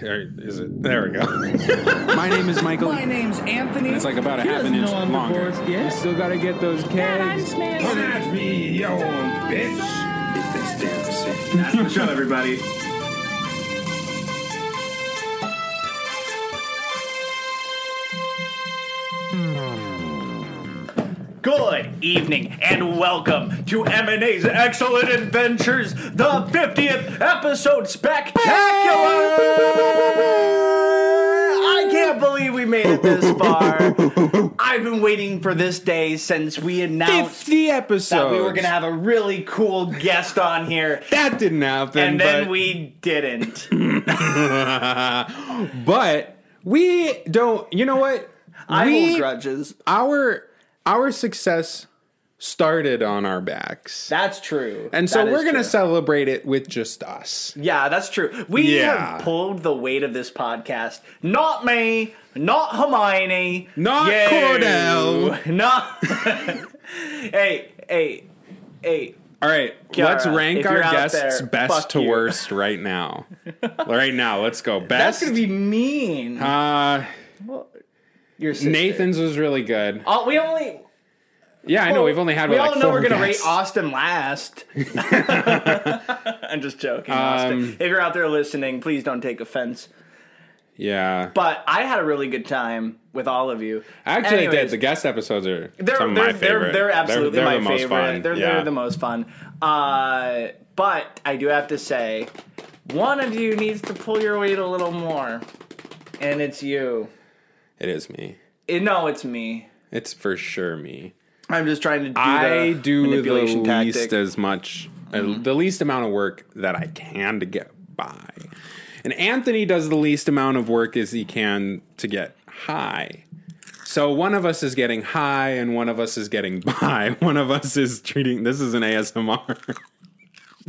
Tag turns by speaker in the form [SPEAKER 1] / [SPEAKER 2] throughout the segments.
[SPEAKER 1] There- Is it? There we go.
[SPEAKER 2] My name is Michael.
[SPEAKER 3] My name's Anthony.
[SPEAKER 1] It's like about a half an inch longer.
[SPEAKER 2] You still gotta get those kegs.
[SPEAKER 3] Come at me, you old bitch. It's dancing.
[SPEAKER 4] Shut everybody. Good evening and welcome to M&A's Excellent Adventures, the 50th episode spectacular! I can't believe we made it this far. I've been waiting for this day since we announced
[SPEAKER 2] Fifty episodes.
[SPEAKER 4] that we were going to have a really cool guest on here.
[SPEAKER 2] That didn't happen.
[SPEAKER 4] And then
[SPEAKER 2] but,
[SPEAKER 4] we didn't.
[SPEAKER 2] But we don't. You know what?
[SPEAKER 4] I
[SPEAKER 2] we,
[SPEAKER 4] hold grudges.
[SPEAKER 2] Our our success started on our backs,
[SPEAKER 4] That's true.
[SPEAKER 2] and so
[SPEAKER 4] That
[SPEAKER 2] we're
[SPEAKER 4] is
[SPEAKER 2] gonna
[SPEAKER 4] true.
[SPEAKER 2] celebrate it with just us.
[SPEAKER 4] Yeah, that's true. We
[SPEAKER 2] Yeah.
[SPEAKER 4] have pulled the weight of this podcast. Not me, not Hermione,
[SPEAKER 2] Not
[SPEAKER 4] you,
[SPEAKER 2] Cordell.
[SPEAKER 4] No. hey, hey, hey.
[SPEAKER 2] All right,
[SPEAKER 4] Kiara,
[SPEAKER 2] let's rank
[SPEAKER 4] if
[SPEAKER 2] our
[SPEAKER 4] you're out
[SPEAKER 2] guests
[SPEAKER 4] there,
[SPEAKER 2] best
[SPEAKER 4] fuck
[SPEAKER 2] to
[SPEAKER 4] you.
[SPEAKER 2] worst right now. right now, let's go.
[SPEAKER 4] That's
[SPEAKER 2] Best.
[SPEAKER 4] gonna be mean.
[SPEAKER 2] uh,
[SPEAKER 4] Your sister.
[SPEAKER 2] Nathan's was really good.
[SPEAKER 4] Oh, we only.
[SPEAKER 2] Yeah, I know. We've only had
[SPEAKER 4] We
[SPEAKER 2] like,
[SPEAKER 4] all know
[SPEAKER 2] four
[SPEAKER 4] we're gonna
[SPEAKER 2] guests.
[SPEAKER 4] rate Austin last. I'm just joking, Austin.
[SPEAKER 2] Um,
[SPEAKER 4] if you're out there listening, please don't take offense.
[SPEAKER 2] Yeah.
[SPEAKER 4] But I had a really good time with all of you.
[SPEAKER 2] Actually, I did.
[SPEAKER 4] Anyways.
[SPEAKER 2] The guest episodes are
[SPEAKER 4] They're
[SPEAKER 2] some of
[SPEAKER 4] they're,
[SPEAKER 2] my favorite.
[SPEAKER 4] they're they're absolutely
[SPEAKER 2] they're
[SPEAKER 4] my
[SPEAKER 2] the most
[SPEAKER 4] favorite.
[SPEAKER 2] fun.
[SPEAKER 4] They're
[SPEAKER 2] yeah.
[SPEAKER 4] they're the most fun. Uh, but I do have to say, one of you needs to pull your weight a little more, and it's you.
[SPEAKER 2] It is me.
[SPEAKER 4] Eh, no, it's me.
[SPEAKER 2] It's for sure me. uh,
[SPEAKER 4] I'm just trying to do
[SPEAKER 2] I
[SPEAKER 4] the
[SPEAKER 2] do the
[SPEAKER 4] manipulation
[SPEAKER 2] least
[SPEAKER 4] tactic.
[SPEAKER 2] as much, uh, the least amount of work that I can to get by, and Anthony does the least amount of work as he can to get high. So one of us is getting high, and one of us is getting by. One of us is treating. This is an ASMR.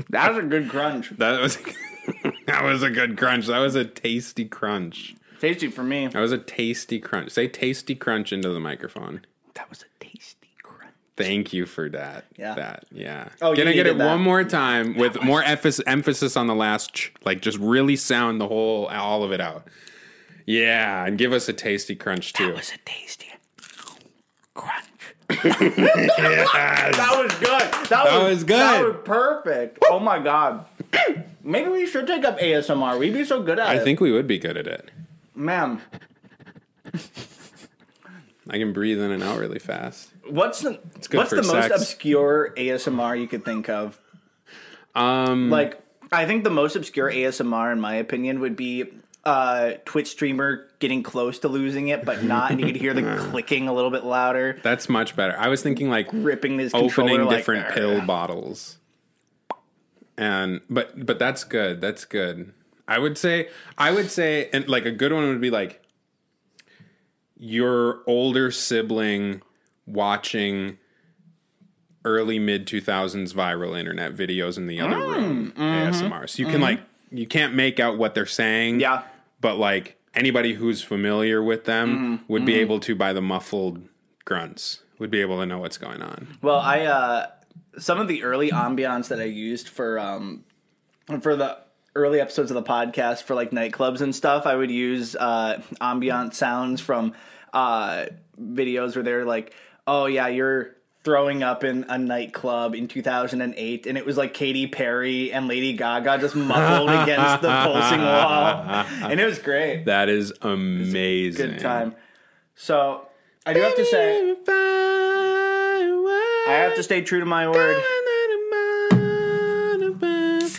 [SPEAKER 4] that was a good crunch.
[SPEAKER 2] That was that was a good crunch. That was a tasty crunch.
[SPEAKER 4] Tasty for me.
[SPEAKER 2] That was a tasty crunch. Say tasty crunch into the microphone.
[SPEAKER 4] That was a tasty crunch.
[SPEAKER 2] Thank you for that.
[SPEAKER 4] Yeah.
[SPEAKER 2] That. Yeah.
[SPEAKER 4] Oh, you
[SPEAKER 2] gonna get
[SPEAKER 4] needed
[SPEAKER 2] it
[SPEAKER 4] that.
[SPEAKER 2] one more time with more emphasis, emphasis on the last. Ch- like just really sound the whole all of it out. Yeah, and give us a tasty crunch too.
[SPEAKER 4] That was a tasty crunch. that was good. That, was,
[SPEAKER 2] was good.
[SPEAKER 4] That was perfect. Oh my god. Maybe we should take up ASMR. We'd be so good at
[SPEAKER 2] I
[SPEAKER 4] it.
[SPEAKER 2] think we would be good at it.
[SPEAKER 4] Ma'am,
[SPEAKER 2] I can breathe in and out really fast.
[SPEAKER 4] what's the
[SPEAKER 2] good
[SPEAKER 4] what's
[SPEAKER 2] for
[SPEAKER 4] the
[SPEAKER 2] sex.
[SPEAKER 4] most obscure ASMR you could think of?
[SPEAKER 2] Um,
[SPEAKER 4] Like, I think the most obscure ASMR, in my opinion, would be uh, Twitch streamer getting close to losing it, but not, and you could hear the clicking a little bit louder,
[SPEAKER 2] that's much better. I was thinking like
[SPEAKER 4] ripping his controller.
[SPEAKER 2] opening
[SPEAKER 4] like,
[SPEAKER 2] different pill bottles. And but but that's good. That's good. I would say I would say and like a good one would be like your older sibling watching early mid 2000s viral internet videos in the other
[SPEAKER 4] Mm,
[SPEAKER 2] room
[SPEAKER 4] mm-hmm,
[SPEAKER 2] ASMR. So you can like you can't make out what they're saying.
[SPEAKER 4] Yeah.
[SPEAKER 2] But like anybody who's familiar with them
[SPEAKER 4] Mm-hmm,
[SPEAKER 2] would be able to by the muffled grunts would be able to know what's going on.
[SPEAKER 4] Well, I uh, some of the early ambiance that I used for um, for the early episodes of the podcast for like nightclubs and stuff, I would use uh, ambient sounds from uh, videos where they're like, "Oh yeah, you're throwing up in a nightclub in 2008, and it was like Katy Perry and Lady Gaga just muffled against the pulsing wall, and it was great.
[SPEAKER 2] That is amazing.
[SPEAKER 4] Good time. So I do have to say, I have to stay true to my word. We're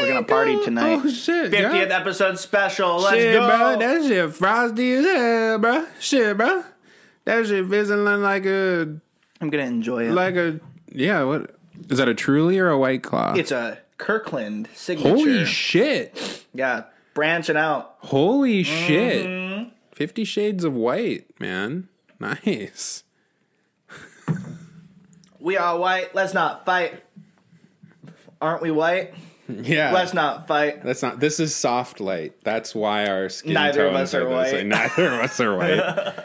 [SPEAKER 4] gonna party tonight.
[SPEAKER 2] Oh shit!
[SPEAKER 4] 50th
[SPEAKER 2] yeah.
[SPEAKER 4] episode special. Let's
[SPEAKER 2] shit, eh?
[SPEAKER 4] go.
[SPEAKER 2] bro. That shit frosty as hell, bro. Shit, bro. That shit fizzling like a
[SPEAKER 4] I'm gonna enjoy it.
[SPEAKER 2] like a yeah. What is that? A Truly or a White Claw?
[SPEAKER 4] it's a Kirkland signature.
[SPEAKER 2] holy shit!
[SPEAKER 4] yeah, branching out.
[SPEAKER 2] Holy shit!
[SPEAKER 4] Mm-hmm.
[SPEAKER 2] Fifty Shades of White, man. Nice.
[SPEAKER 4] We are white. Let's not fight. Aren't we white?
[SPEAKER 2] Yeah.
[SPEAKER 4] Let's not fight.
[SPEAKER 2] That's not. This is soft light. That's why our skin
[SPEAKER 4] Neither of
[SPEAKER 2] tones
[SPEAKER 4] us are
[SPEAKER 2] this
[SPEAKER 4] white.
[SPEAKER 2] way. Neither of us are white.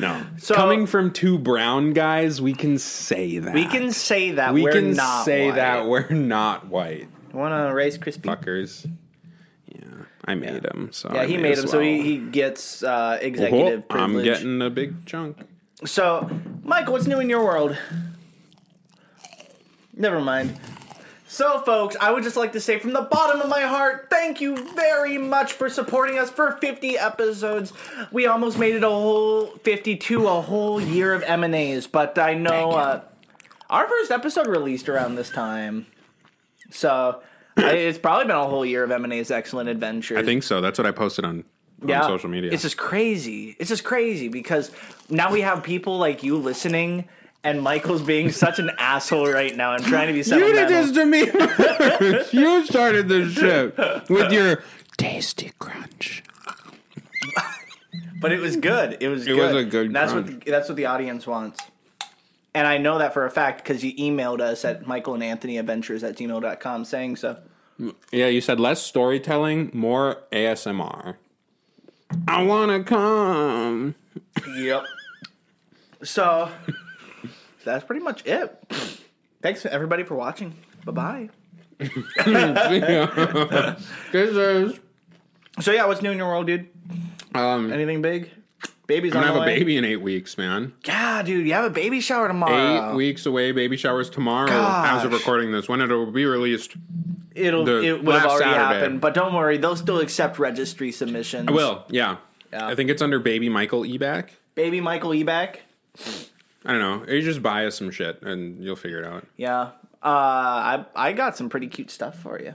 [SPEAKER 2] No.
[SPEAKER 4] So-
[SPEAKER 2] Coming from two brown guys, we can say that.
[SPEAKER 4] We can say that
[SPEAKER 2] We
[SPEAKER 4] we're
[SPEAKER 2] can
[SPEAKER 4] not
[SPEAKER 2] say
[SPEAKER 4] white.
[SPEAKER 2] that we're not white,
[SPEAKER 4] Want to raise crispy?
[SPEAKER 2] fuckers. Yeah, I made him. So
[SPEAKER 4] Yeah,
[SPEAKER 2] I
[SPEAKER 4] he
[SPEAKER 2] may
[SPEAKER 4] made
[SPEAKER 2] as
[SPEAKER 4] him, so he,
[SPEAKER 2] well.
[SPEAKER 4] he gets uh,
[SPEAKER 2] Well,
[SPEAKER 4] executive privilege.
[SPEAKER 2] I'm getting a big chunk.
[SPEAKER 4] So, Mike, what's new in your world? Never mind. So, folks, I would just like to say from the bottom of my heart, thank you very much for supporting us for 50 episodes. We almost made it a whole 52, a whole year of M&As, but I know uh, our first episode released around this time. So, I, it's probably been a whole year of M&As Excellent Adventures.
[SPEAKER 2] I think so. That's what I posted on, on social media.
[SPEAKER 4] It's just crazy. It's just crazy because now we have people like you listening, and Michael's being such an asshole right now. I'm trying to be
[SPEAKER 2] you
[SPEAKER 4] sentimental.
[SPEAKER 2] did this to me. first. you started this shit with your tasty crunch.
[SPEAKER 4] but it was good. It was.
[SPEAKER 2] It
[SPEAKER 4] good.
[SPEAKER 2] was a good
[SPEAKER 4] And That's what.
[SPEAKER 2] crunch.
[SPEAKER 4] The, that's what the audience wants. And I know that for a fact because you emailed us at Michael and Anthony Adventures at gmail.com saying so.
[SPEAKER 2] Yeah, you said less storytelling, more ASMR. I wanna come.
[SPEAKER 4] Yep. So that's pretty much it. Thanks everybody for watching. Bye bye.
[SPEAKER 2] Kisses.
[SPEAKER 4] So yeah, what's new in your world, dude?
[SPEAKER 2] Um,
[SPEAKER 4] Anything big? Baby's
[SPEAKER 2] I'm
[SPEAKER 4] on
[SPEAKER 2] gonna
[SPEAKER 4] the
[SPEAKER 2] have a
[SPEAKER 4] way.
[SPEAKER 2] baby in eight weeks, man.
[SPEAKER 4] Yeah, dude, you have a baby shower
[SPEAKER 2] Eight
[SPEAKER 4] tomorrow.
[SPEAKER 2] weeks away. Baby showers tomorrow. As of
[SPEAKER 4] Gosh.
[SPEAKER 2] recording this, when it will be released,
[SPEAKER 4] It'll
[SPEAKER 2] The
[SPEAKER 4] it would have
[SPEAKER 2] last
[SPEAKER 4] already
[SPEAKER 2] Saturday.
[SPEAKER 4] happened, but don't worry, they'll still accept registry submissions.
[SPEAKER 2] I will. Yeah. I think it's under Baby Michael Eback.
[SPEAKER 4] Baby Michael Eback.
[SPEAKER 2] I don't know. You just buy us some shit and you'll figure it out.
[SPEAKER 4] Yeah. Uh, I I got some pretty cute stuff for you.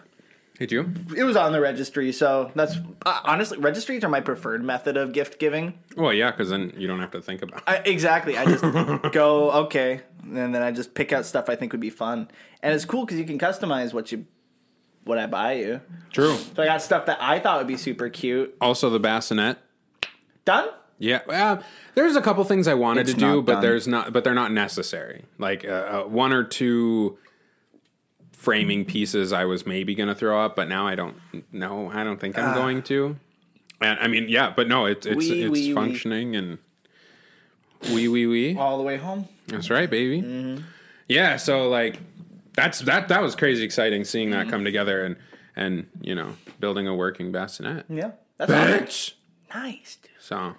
[SPEAKER 2] Did you?
[SPEAKER 4] It was on the registry, so that's uh, honestly registries are my preferred method of gift giving.
[SPEAKER 2] Well, yeah, because then you don't have to think about. it.
[SPEAKER 4] I, exactly. I just go okay, and then I just pick out stuff I think would be fun, and it's cool because you can customize what you what I buy you.
[SPEAKER 2] True.
[SPEAKER 4] So I got stuff that I thought would be super cute.
[SPEAKER 2] Also, the bassinet.
[SPEAKER 4] Done.
[SPEAKER 2] Yeah, well, there's a couple things I wanted
[SPEAKER 4] It's
[SPEAKER 2] to do,
[SPEAKER 4] not
[SPEAKER 2] but
[SPEAKER 4] done.
[SPEAKER 2] there's not, but they're not necessary. Like uh, uh, one or two framing pieces, I was maybe going to throw up, but now I don't. No, I don't think I'm going to. And I mean, yeah, but no, it, it's
[SPEAKER 4] Ah. Wee,
[SPEAKER 2] it's
[SPEAKER 4] wee, wee.
[SPEAKER 2] functioning and wee wee wee.
[SPEAKER 4] All the way home.
[SPEAKER 2] That's right, baby.
[SPEAKER 4] Mm-hmm.
[SPEAKER 2] Yeah, so like that's that that was crazy exciting seeing
[SPEAKER 4] Mm-hmm.
[SPEAKER 2] that come together and and you know building a working bassinet.
[SPEAKER 4] Yeah. That's
[SPEAKER 2] Bitch.
[SPEAKER 4] Nice, dude.
[SPEAKER 2] So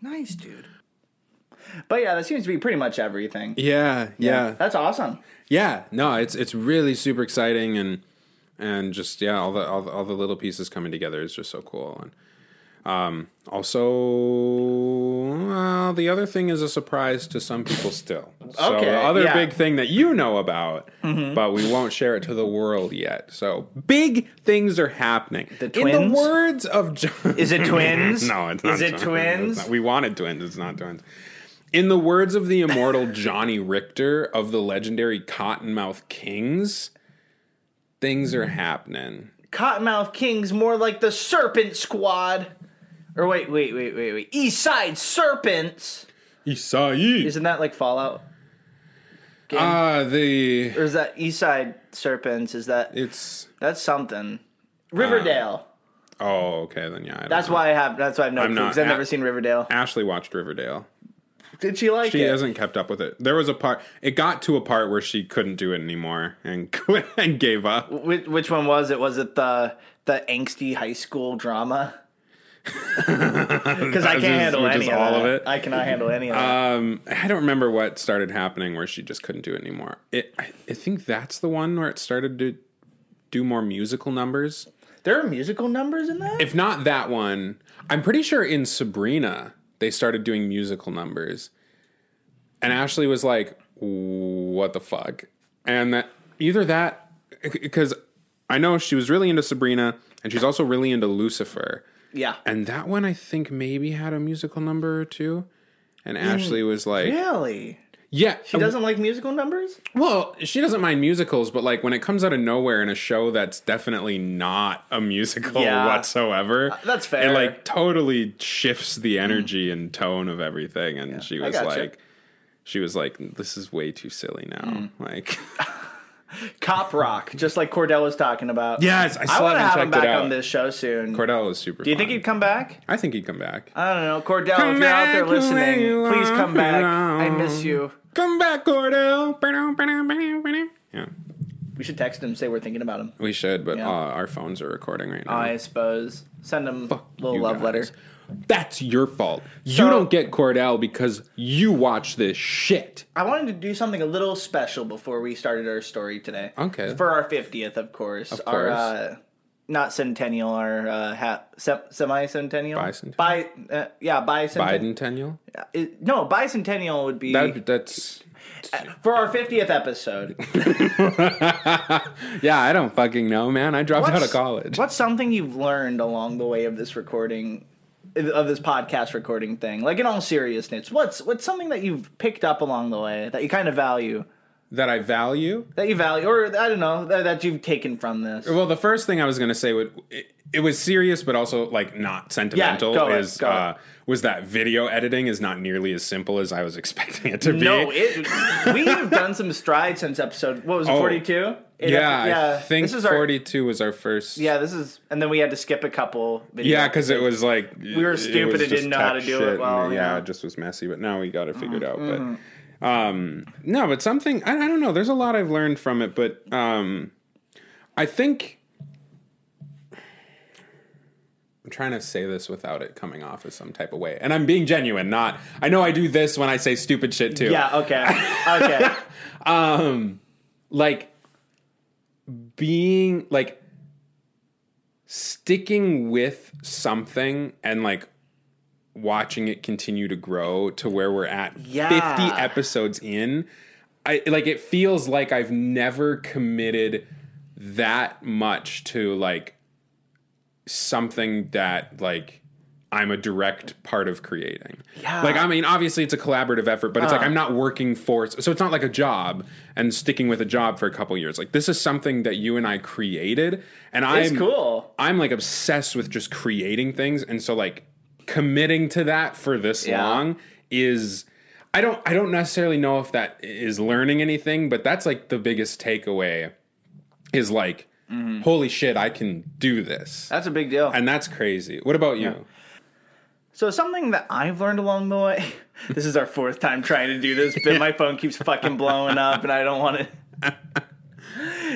[SPEAKER 4] Nice, dude. But yeah, that seems to be pretty much everything.
[SPEAKER 2] yeah, yeah.
[SPEAKER 4] That's awesome.
[SPEAKER 2] Yeah, no, it's it's really super exciting and and just yeah, all the all the, all the little pieces coming together is just so cool. And um, also, uh, the other thing is a surprise to some people still. So
[SPEAKER 4] Okay,
[SPEAKER 2] the other
[SPEAKER 4] yeah. Mm-hmm.
[SPEAKER 2] big thing that you know about, but we won't share it to the world yet. So big things are happening.
[SPEAKER 4] The
[SPEAKER 2] In
[SPEAKER 4] twins?
[SPEAKER 2] the words of John,
[SPEAKER 4] Is it twins?
[SPEAKER 2] no, it's not.
[SPEAKER 4] Is it
[SPEAKER 2] John-
[SPEAKER 4] twins?
[SPEAKER 2] it's not- we wanted twins. It's not twins. In the words of the immortal Johnny Richter of the legendary Cottonmouth Kings, things are happening.
[SPEAKER 4] Cottonmouth Kings, more like the Serpent Squad. Or wait, wait, wait, wait, wait. East Side Serpents.
[SPEAKER 2] Isai.
[SPEAKER 4] Isn't that like Fallout?
[SPEAKER 2] Ah, the
[SPEAKER 4] Or is that East Side Serpents? Is that
[SPEAKER 2] it's
[SPEAKER 4] that's something? Riverdale.
[SPEAKER 2] oh okay then yeah. I don't
[SPEAKER 4] that's
[SPEAKER 2] know.
[SPEAKER 4] why I have. That's why I've no
[SPEAKER 2] I'm
[SPEAKER 4] clue,
[SPEAKER 2] not-
[SPEAKER 4] 'cause I've
[SPEAKER 2] I-
[SPEAKER 4] never seen Riverdale.
[SPEAKER 2] Ashley watched Riverdale.
[SPEAKER 4] Did she like
[SPEAKER 2] She
[SPEAKER 4] it?
[SPEAKER 2] hasn't kept up with it. There was a part. It got to a part where she couldn't do it anymore and quit and gave up.
[SPEAKER 4] Which, which one was it? Was it the the angsty high school drama? because I
[SPEAKER 2] Which is-
[SPEAKER 4] can't handle
[SPEAKER 2] which
[SPEAKER 4] any
[SPEAKER 2] is
[SPEAKER 4] of
[SPEAKER 2] all
[SPEAKER 4] that.
[SPEAKER 2] of it.
[SPEAKER 4] I cannot handle any of that.
[SPEAKER 2] Um, I don't remember what started happening where she just couldn't do it anymore. It, I, I think that's the one where it started to do more musical numbers.
[SPEAKER 4] there are musical numbers in that.
[SPEAKER 2] If not that one, I'm pretty sure in Sabrina they started doing musical numbers, and Ashley was like, "What the fuck?" And that either that because I know she was really into Sabrina, and she's also really into Lucifer.
[SPEAKER 4] yeah.
[SPEAKER 2] And that one, I think, maybe had a musical number or two. And Ashley was like,
[SPEAKER 4] Really?
[SPEAKER 2] "Yeah,
[SPEAKER 4] He doesn't like musical numbers?
[SPEAKER 2] Well, she doesn't mind musicals, but like when it comes out of nowhere in a show that's definitely not a musical
[SPEAKER 4] Yeah. Uh,
[SPEAKER 2] whatsoever,
[SPEAKER 4] that's
[SPEAKER 2] It
[SPEAKER 4] fair. Mm.
[SPEAKER 2] like totally shifts the energy and tone of everything. And she
[SPEAKER 4] I
[SPEAKER 2] was
[SPEAKER 4] gotcha.
[SPEAKER 2] like, she was like, this is way too silly
[SPEAKER 4] Mm.
[SPEAKER 2] now. Like,
[SPEAKER 4] Cop rock, just like Cordell was talking about.
[SPEAKER 2] Yes, I still
[SPEAKER 4] want to
[SPEAKER 2] haven't
[SPEAKER 4] have him
[SPEAKER 2] checked it
[SPEAKER 4] back
[SPEAKER 2] out.
[SPEAKER 4] on this show soon.
[SPEAKER 2] Cordell is super.
[SPEAKER 4] Do you think Uh, he'd come back?
[SPEAKER 2] I think he'd come back.
[SPEAKER 4] I don't know. Cordell,
[SPEAKER 2] Come
[SPEAKER 4] if you're out
[SPEAKER 2] back the
[SPEAKER 4] there
[SPEAKER 2] way
[SPEAKER 4] listening,
[SPEAKER 2] you
[SPEAKER 4] please
[SPEAKER 2] are.
[SPEAKER 4] come back. I miss you.
[SPEAKER 2] come back, Cordell. Yeah,
[SPEAKER 4] We should text him, say we're thinking about him.
[SPEAKER 2] we should, but
[SPEAKER 4] Yeah.
[SPEAKER 2] uh, our phones are recording right now.
[SPEAKER 4] I suppose. Send him
[SPEAKER 2] Fuck
[SPEAKER 4] a little
[SPEAKER 2] you
[SPEAKER 4] love
[SPEAKER 2] guys.
[SPEAKER 4] letter.
[SPEAKER 2] That's your fault. You
[SPEAKER 4] So-
[SPEAKER 2] don't get Cordell because you watch this shit.
[SPEAKER 4] I wanted to do something a little special before we started our story today.
[SPEAKER 2] Okay.
[SPEAKER 4] For our 50th, of course. Of Our,
[SPEAKER 2] course.
[SPEAKER 4] uh, not centennial, our uh, ha- se- semi-centennial?
[SPEAKER 2] Bicentennial.
[SPEAKER 4] Bi- uh, yeah, bicentennial.
[SPEAKER 2] Bidentennial?
[SPEAKER 4] It- no, bicentennial would be
[SPEAKER 2] That that's
[SPEAKER 4] for our 50th episode.
[SPEAKER 2] yeah. I don't fucking know, man. I dropped out of
[SPEAKER 4] What's-
[SPEAKER 2] college.
[SPEAKER 4] What's something you've learned along the way of this recording, of this podcast recording thing? Like in all seriousness, what's what's something that you've picked up along the way that you kind of value,
[SPEAKER 2] That I value.
[SPEAKER 4] that you value, or I don't know, that, that you've taken from this?
[SPEAKER 2] Well, the first thing I was gonna say would it, it was serious, but also like not sentimental.
[SPEAKER 4] go ahead,
[SPEAKER 2] is
[SPEAKER 4] go
[SPEAKER 2] uh,
[SPEAKER 4] ahead.
[SPEAKER 2] was that video editing is not nearly as simple as I was expecting it to be.
[SPEAKER 4] No, it, we've done some strides since episode. What was it,
[SPEAKER 2] Oh.
[SPEAKER 4] forty two?
[SPEAKER 2] yeah, I think
[SPEAKER 4] this is our,
[SPEAKER 2] forty two was our first.
[SPEAKER 4] Yeah, this is, and then we had to skip a couple. Videos.
[SPEAKER 2] Yeah, because it was like we
[SPEAKER 4] were stupid and didn't know how to do it well,
[SPEAKER 2] yeah,
[SPEAKER 4] yeah. Mm-hmm.
[SPEAKER 2] it just was messy, but now we got it figured out. But um, no, but something I, I don't know. There's a lot I've learned from it, but um, I think I'm trying to say this without it coming off as some type of way, and I'm being genuine. Not I know I do this when I say stupid shit too.
[SPEAKER 4] yeah. Okay. Okay.
[SPEAKER 2] um, like being like sticking with something and like watching it continue to grow to where we're at
[SPEAKER 4] Yeah.
[SPEAKER 2] 50 episodes in i like it feels like i've never committed that much to like something that like i'm a direct part of creating
[SPEAKER 4] Yeah.
[SPEAKER 2] like i mean obviously it's a collaborative effort but it's like i'm not working for so it's not like a job and sticking with a job for a couple years like this is something that you and i created and i'm
[SPEAKER 4] it's cool.
[SPEAKER 2] I'm like obsessed with just creating things, and so like committing to that for this
[SPEAKER 4] Yeah.
[SPEAKER 2] long is I don't I don't necessarily know if that is learning anything, but that's like the biggest takeaway is like
[SPEAKER 4] Mm-hmm.
[SPEAKER 2] holy shit, I can do this.
[SPEAKER 4] That's a big deal.
[SPEAKER 2] And that's crazy. What about you?
[SPEAKER 4] So something that I've learned along the way. This is our fourth time trying to do this, but my phone keeps fucking blowing up, and I don't want to.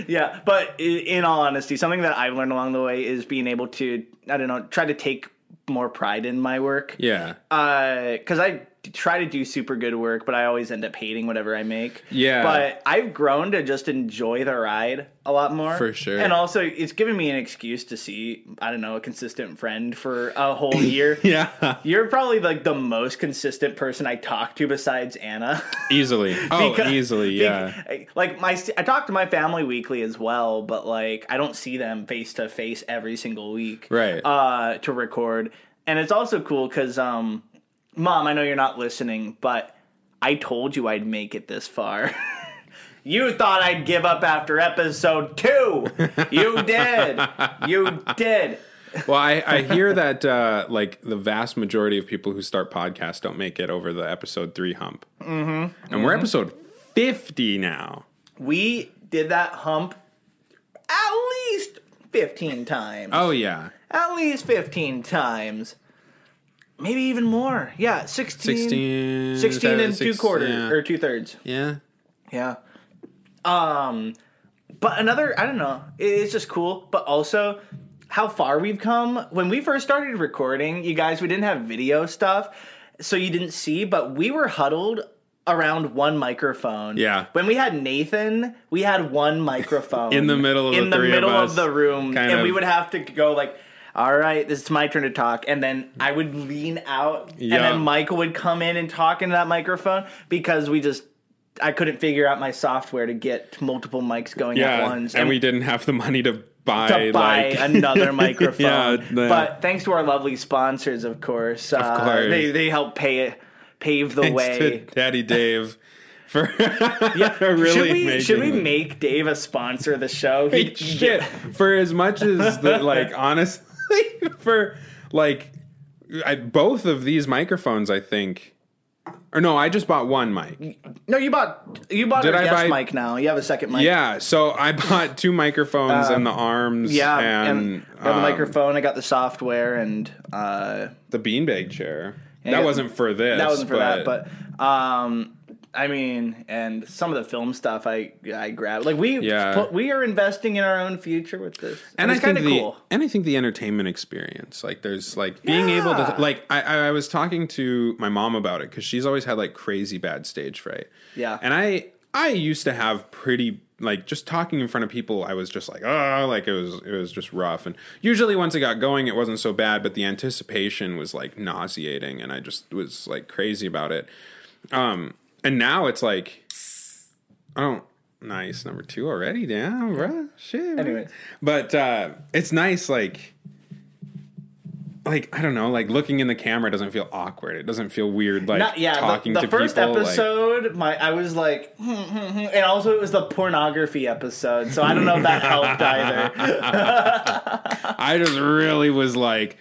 [SPEAKER 4] yeah, but i- in all honesty, something that I've learned along the way is being able to, I don't know, try to take more pride in my work.
[SPEAKER 2] Yeah.
[SPEAKER 4] Uh, because I try to do super good work, but I always end up hating whatever I make.
[SPEAKER 2] Yeah.
[SPEAKER 4] But I've grown to just enjoy the ride a lot more.
[SPEAKER 2] For sure.
[SPEAKER 4] And also, it's given me an excuse to see, I don't know, a consistent friend for a whole year.
[SPEAKER 2] yeah.
[SPEAKER 4] You're probably like the most consistent person I talk to besides Anna.
[SPEAKER 2] Easily. Oh,
[SPEAKER 4] Because-
[SPEAKER 2] easily, yeah.
[SPEAKER 4] Like- Like my, I talk to my family weekly as well, but like I don't see them face to face every single week,
[SPEAKER 2] Right.
[SPEAKER 4] Uh, to record, and it's also cool because, um, mom, I know you're not listening, but I told you I'd make it this far. you thought I'd give up after episode two. You did. you did.
[SPEAKER 2] well, I, I hear that uh, like the vast majority of people who start podcasts don't make it over the episode three hump. Mm-hmm. And we're episode fifty now.
[SPEAKER 4] We did that hump at least fifteen times.
[SPEAKER 2] Oh yeah.
[SPEAKER 4] at least 15 times maybe even more yeah 16
[SPEAKER 2] 16,
[SPEAKER 4] 16 and
[SPEAKER 2] six-
[SPEAKER 4] two quarters
[SPEAKER 2] yeah.
[SPEAKER 4] or two thirds
[SPEAKER 2] yeah.
[SPEAKER 4] yeah um but another i don't know it- it's just cool but also how far we've come. When we first started recording, you guys, we didn't have video stuff, so you didn't see, but we were huddled around one microphone.
[SPEAKER 2] Yeah.
[SPEAKER 4] When we had Nathan, we had one microphone
[SPEAKER 2] In the middle of the
[SPEAKER 4] in the
[SPEAKER 2] three of
[SPEAKER 4] middle of,
[SPEAKER 2] us,
[SPEAKER 4] the room,
[SPEAKER 2] kind
[SPEAKER 4] and we
[SPEAKER 2] of-
[SPEAKER 4] would have to go like. All right, this is my turn to talk, and then I would lean out, and
[SPEAKER 2] Yeah.
[SPEAKER 4] then Michael would come in and talk into that microphone because we just I couldn't figure out my software to get multiple mics going at
[SPEAKER 2] Yeah,
[SPEAKER 4] once,
[SPEAKER 2] and we didn't have the money to buy,
[SPEAKER 4] to buy
[SPEAKER 2] like
[SPEAKER 4] another microphone.
[SPEAKER 2] Yeah, yeah.
[SPEAKER 4] But thanks to our lovely sponsors, of course, of
[SPEAKER 2] course.
[SPEAKER 4] they they help pay pave the
[SPEAKER 2] thanks to
[SPEAKER 4] way.
[SPEAKER 2] Daddy Dave for yeah, really
[SPEAKER 4] should we should we
[SPEAKER 2] making it.
[SPEAKER 4] make Dave a sponsor of the show? He-
[SPEAKER 2] Hey, shit. For as much as the like, honestly, for like I, both of these microphones, I think, or no, I just bought one mic.
[SPEAKER 4] no, you bought you bought
[SPEAKER 2] Did
[SPEAKER 4] our
[SPEAKER 2] I
[SPEAKER 4] guest
[SPEAKER 2] buy-
[SPEAKER 4] mic now. You have a second mic.
[SPEAKER 2] Yeah, so I bought two microphones and the arms,
[SPEAKER 4] Uh, Yeah,
[SPEAKER 2] and,
[SPEAKER 4] and, I got a
[SPEAKER 2] um,
[SPEAKER 4] microphone. I got the software, and uh,
[SPEAKER 2] the beanbag chair.
[SPEAKER 4] I
[SPEAKER 2] That
[SPEAKER 4] got-
[SPEAKER 2] wasn't for this.
[SPEAKER 4] that wasn't for that, but um, I mean, and some of the film stuff I I grabbed. Like we
[SPEAKER 2] Yeah.
[SPEAKER 4] put- we are investing in our own future with this,
[SPEAKER 2] and
[SPEAKER 4] it's
[SPEAKER 2] I think
[SPEAKER 4] kind of
[SPEAKER 2] the
[SPEAKER 4] cool.
[SPEAKER 2] and I think the entertainment experience, like there's like being able
[SPEAKER 4] Yeah.
[SPEAKER 2] to like I I I was talking to my mom about it because she's always had like crazy bad stage fright.
[SPEAKER 4] Yeah.
[SPEAKER 2] and I I used to have pretty like just talking in front of people. I was just like oh like it was it was just rough. And usually once it got going, it wasn't so bad. But the anticipation was like nauseating, and I just was like crazy about it. Um, and now it's like I don't. Nice number two already, damn, bruh. Shit.
[SPEAKER 4] Anyways.
[SPEAKER 2] But uh, it's nice, like, like I don't know, like looking in the camera doesn't feel awkward. It doesn't feel weird, like
[SPEAKER 4] Not, yeah, the-
[SPEAKER 2] talking
[SPEAKER 4] the,
[SPEAKER 2] to
[SPEAKER 4] first
[SPEAKER 2] people. like-
[SPEAKER 4] episode, my I was like, hmm, hmm, hmm, and also it was the pornography episode, so I don't know if that helped either.
[SPEAKER 2] I just really was like,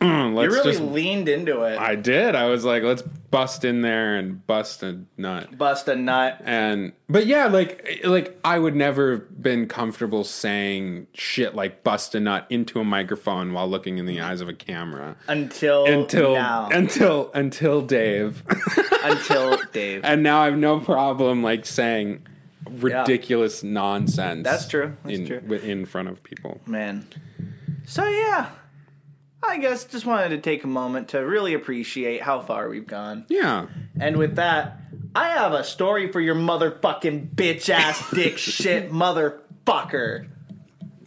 [SPEAKER 2] mm,
[SPEAKER 4] You
[SPEAKER 2] let's
[SPEAKER 4] really
[SPEAKER 2] just.
[SPEAKER 4] leaned into it,
[SPEAKER 2] I did. I was like, let's bust in there and bust a nut.
[SPEAKER 4] bust a nut.
[SPEAKER 2] and but yeah like eh, like i would never have been comfortable saying shit like bust a nut into a microphone while looking in the eyes of a camera
[SPEAKER 4] Until
[SPEAKER 2] until
[SPEAKER 4] now,
[SPEAKER 2] until until dave
[SPEAKER 4] until Dave.
[SPEAKER 2] and now i've no problem like saying ridiculous nonsense
[SPEAKER 4] That's true. That's
[SPEAKER 2] in,
[SPEAKER 4] true.
[SPEAKER 2] wi- in front of people
[SPEAKER 4] Man. So yeah, I guess just wanted to take a moment to really appreciate how far we've gone.
[SPEAKER 2] yeah
[SPEAKER 4] And with that, I have a story for your motherfucking bitch ass dick shit motherfucker.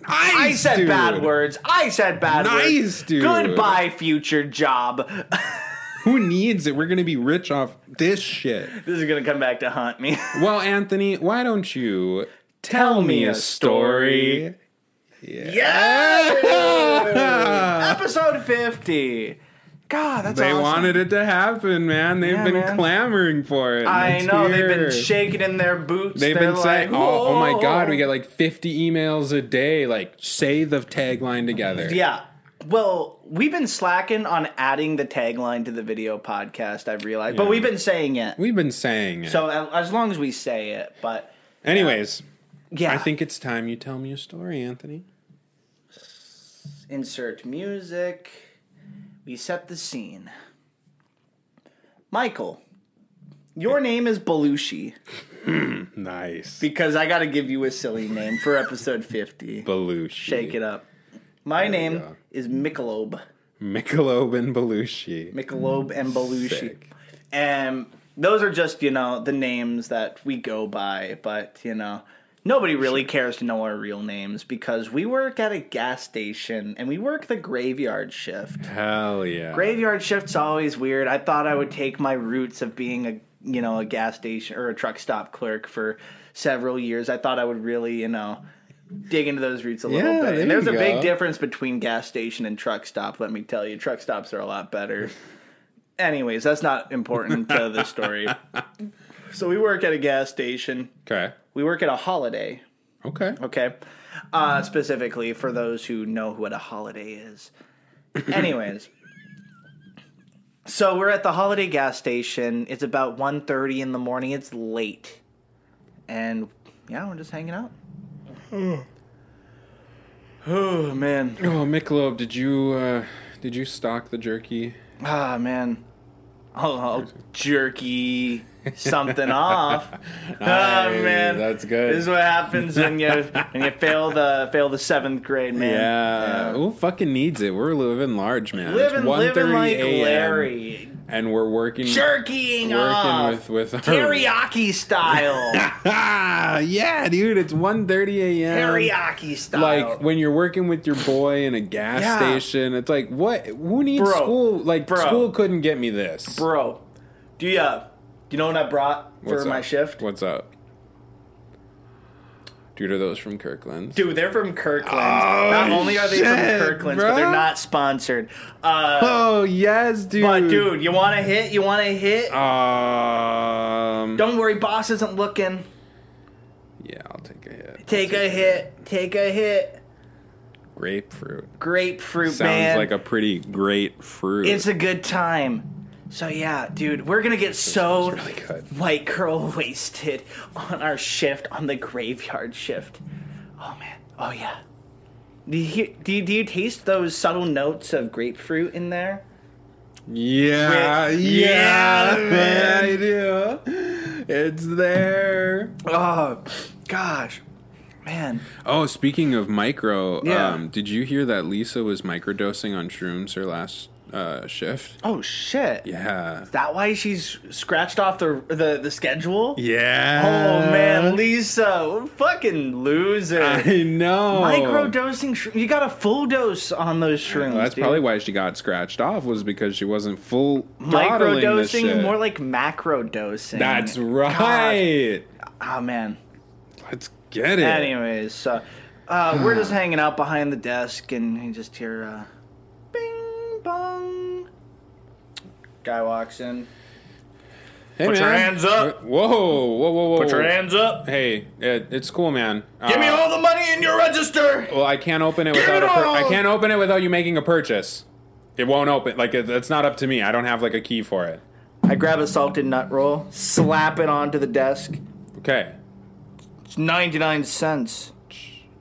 [SPEAKER 4] I said
[SPEAKER 2] dude.
[SPEAKER 4] bad words. I said bad words.
[SPEAKER 2] Nice, dude.
[SPEAKER 4] Goodbye, future job.
[SPEAKER 2] who needs it we're gonna be rich off this shit
[SPEAKER 4] This is gonna come back to haunt me.
[SPEAKER 2] well anthony why don't you tell me a story
[SPEAKER 4] Yeah. Episode fifty. God, that's
[SPEAKER 2] They
[SPEAKER 4] awesome.
[SPEAKER 2] wanted it to happen, man. They've
[SPEAKER 4] Yeah,
[SPEAKER 2] been
[SPEAKER 4] man.
[SPEAKER 2] clamoring for it.
[SPEAKER 4] I
[SPEAKER 2] It's
[SPEAKER 4] know they've
[SPEAKER 2] here.
[SPEAKER 4] been shaking in their boots.
[SPEAKER 2] They've
[SPEAKER 4] They're
[SPEAKER 2] been saying,
[SPEAKER 4] like,
[SPEAKER 2] oh, oh my God, we
[SPEAKER 4] "Whoa."
[SPEAKER 2] get like 50 emails a day. Like, say the tagline together.
[SPEAKER 4] Yeah. Well, we've been slacking on adding the tagline to the video podcast, I've realized. But we've been saying it.
[SPEAKER 2] We've been saying it.
[SPEAKER 4] so a- as long as we say it, but
[SPEAKER 2] Anyways,
[SPEAKER 4] yeah.
[SPEAKER 2] I think it's time you tell me a story, Anthony.
[SPEAKER 4] insert music. We set the scene. Michael, your name is Belushi
[SPEAKER 2] Nice.
[SPEAKER 4] because I got to give you a silly name for episode 50.
[SPEAKER 2] Belushi.
[SPEAKER 4] Shake it up. My name
[SPEAKER 2] go.
[SPEAKER 4] is Michelob.
[SPEAKER 2] Michelob and Belushi.
[SPEAKER 4] Michelob and Belushi.
[SPEAKER 2] Sick.
[SPEAKER 4] And those are just, you know, the names that we go by, but, you know, nobody really cares to know our real names because we work at a gas station and we work the graveyard shift.
[SPEAKER 2] Hell yeah.
[SPEAKER 4] Graveyard shift's always weird. I thought I would take my roots of being a, you know, a gas station or a truck stop clerk for several years. I thought I would really, you know, dig into those roots a little
[SPEAKER 2] Yeah,
[SPEAKER 4] bit.
[SPEAKER 2] there
[SPEAKER 4] and there's
[SPEAKER 2] you
[SPEAKER 4] a big
[SPEAKER 2] go.
[SPEAKER 4] difference between gas station and truck stop, let me tell you. Truck stops are a lot better. Anyways, that's not important to the story. So we work at a gas station.
[SPEAKER 2] Okay.
[SPEAKER 4] We work at a holiday.
[SPEAKER 2] Okay.
[SPEAKER 4] Okay. Uh, specifically for those who know what a holiday is. Anyways. So we're at the holiday gas station. It's about 1.30 in the morning. It's late. And yeah, we're just hanging out. oh man.
[SPEAKER 2] Oh, Michelob, did you, uh, did you stock the jerky?
[SPEAKER 4] Ah man. Oh, jerky. something off. Oh man,
[SPEAKER 2] that's good.
[SPEAKER 4] This is what happens when you when you fail the fail the seventh grade, man.
[SPEAKER 2] Yeah. Who fucking needs it? We're living large, man.
[SPEAKER 4] Living, living
[SPEAKER 2] 1:30
[SPEAKER 4] like
[SPEAKER 2] a.m.,
[SPEAKER 4] Larry,
[SPEAKER 2] And we're working.
[SPEAKER 4] jerkying
[SPEAKER 2] Working
[SPEAKER 4] off,
[SPEAKER 2] with- with our-
[SPEAKER 4] teriyaki style,
[SPEAKER 2] Ah, yeah, dude. It's 1.30 a.m.
[SPEAKER 4] teriyaki style.
[SPEAKER 2] like when you're working with your boy in a gas
[SPEAKER 4] Yeah.
[SPEAKER 2] station it's like what who needs
[SPEAKER 4] Bro.
[SPEAKER 2] school like
[SPEAKER 4] Bro.
[SPEAKER 2] school couldn't get me this
[SPEAKER 4] bro, do you uh, do you know what I brought for
[SPEAKER 2] What's
[SPEAKER 4] my
[SPEAKER 2] up?
[SPEAKER 4] shift?
[SPEAKER 2] what's up dude are those from kirkland
[SPEAKER 4] Dude, they're from Kirkland. not only are they
[SPEAKER 2] Oh, shit,
[SPEAKER 4] from Kirkland, but
[SPEAKER 2] bro.
[SPEAKER 4] they're not sponsored. Uh,
[SPEAKER 2] oh yes dude Uh,
[SPEAKER 4] but dude, you want to hit? You want to hit?
[SPEAKER 2] um
[SPEAKER 4] Don't worry, boss isn't looking.
[SPEAKER 2] yeah i'll take a hit
[SPEAKER 4] Take a hit. Take a hit.
[SPEAKER 2] grapefruit
[SPEAKER 4] Grapefruit
[SPEAKER 2] sounds
[SPEAKER 4] man.
[SPEAKER 2] like a pretty great fruit
[SPEAKER 4] It's a good time. So yeah, dude, we're gonna get so
[SPEAKER 2] really good.
[SPEAKER 4] white girl wasted on our shift on the graveyard shift. Oh man. Oh yeah. Do you, hear, do, you, do you taste those subtle notes of grapefruit in there?
[SPEAKER 2] yeah
[SPEAKER 4] Wait,
[SPEAKER 2] yeah,
[SPEAKER 4] yeah, man.
[SPEAKER 2] i do it's there
[SPEAKER 4] Oh, gosh, man.
[SPEAKER 2] Oh, speaking of micro,
[SPEAKER 4] Yeah.
[SPEAKER 2] um, did you hear that Lisa was microdosing on shrooms her last uh, shift?
[SPEAKER 4] Oh shit.
[SPEAKER 2] Yeah.
[SPEAKER 4] Is that why she's scratched off the the, the schedule?
[SPEAKER 2] Yeah.
[SPEAKER 4] Oh man, Lisa, fucking loser.
[SPEAKER 2] I know.
[SPEAKER 4] Microdosing, shroom- you got a full dose on those shrooms.
[SPEAKER 2] Well, that's
[SPEAKER 4] dude.
[SPEAKER 2] probably why she got scratched off was because she wasn't full throttling this
[SPEAKER 4] microdosing,
[SPEAKER 2] shit.
[SPEAKER 4] more like macro dosing.
[SPEAKER 2] That's right.
[SPEAKER 4] Oh man.
[SPEAKER 2] Let's get it.
[SPEAKER 4] Anyways, so uh, we're just hanging out behind the desk, and you just hear uh, bing bong. Guy walks in.
[SPEAKER 2] Hey,
[SPEAKER 4] Put your
[SPEAKER 2] man.
[SPEAKER 4] hands up.
[SPEAKER 2] Whoa, whoa, whoa, whoa!
[SPEAKER 4] up.
[SPEAKER 2] Hey, it, it's cool, man.
[SPEAKER 4] Give me
[SPEAKER 2] Uh,
[SPEAKER 4] all the money in your register.
[SPEAKER 2] Well, I can't open it
[SPEAKER 4] Give
[SPEAKER 2] without
[SPEAKER 4] it
[SPEAKER 2] a pur-
[SPEAKER 4] all!
[SPEAKER 2] I can't open it without you making a purchase. It won't open. Like it, it's not up to me. I don't have like a key for it.
[SPEAKER 4] I grab a salted nut roll, slap it onto the desk.
[SPEAKER 2] Okay.
[SPEAKER 4] It's ninety nine cents.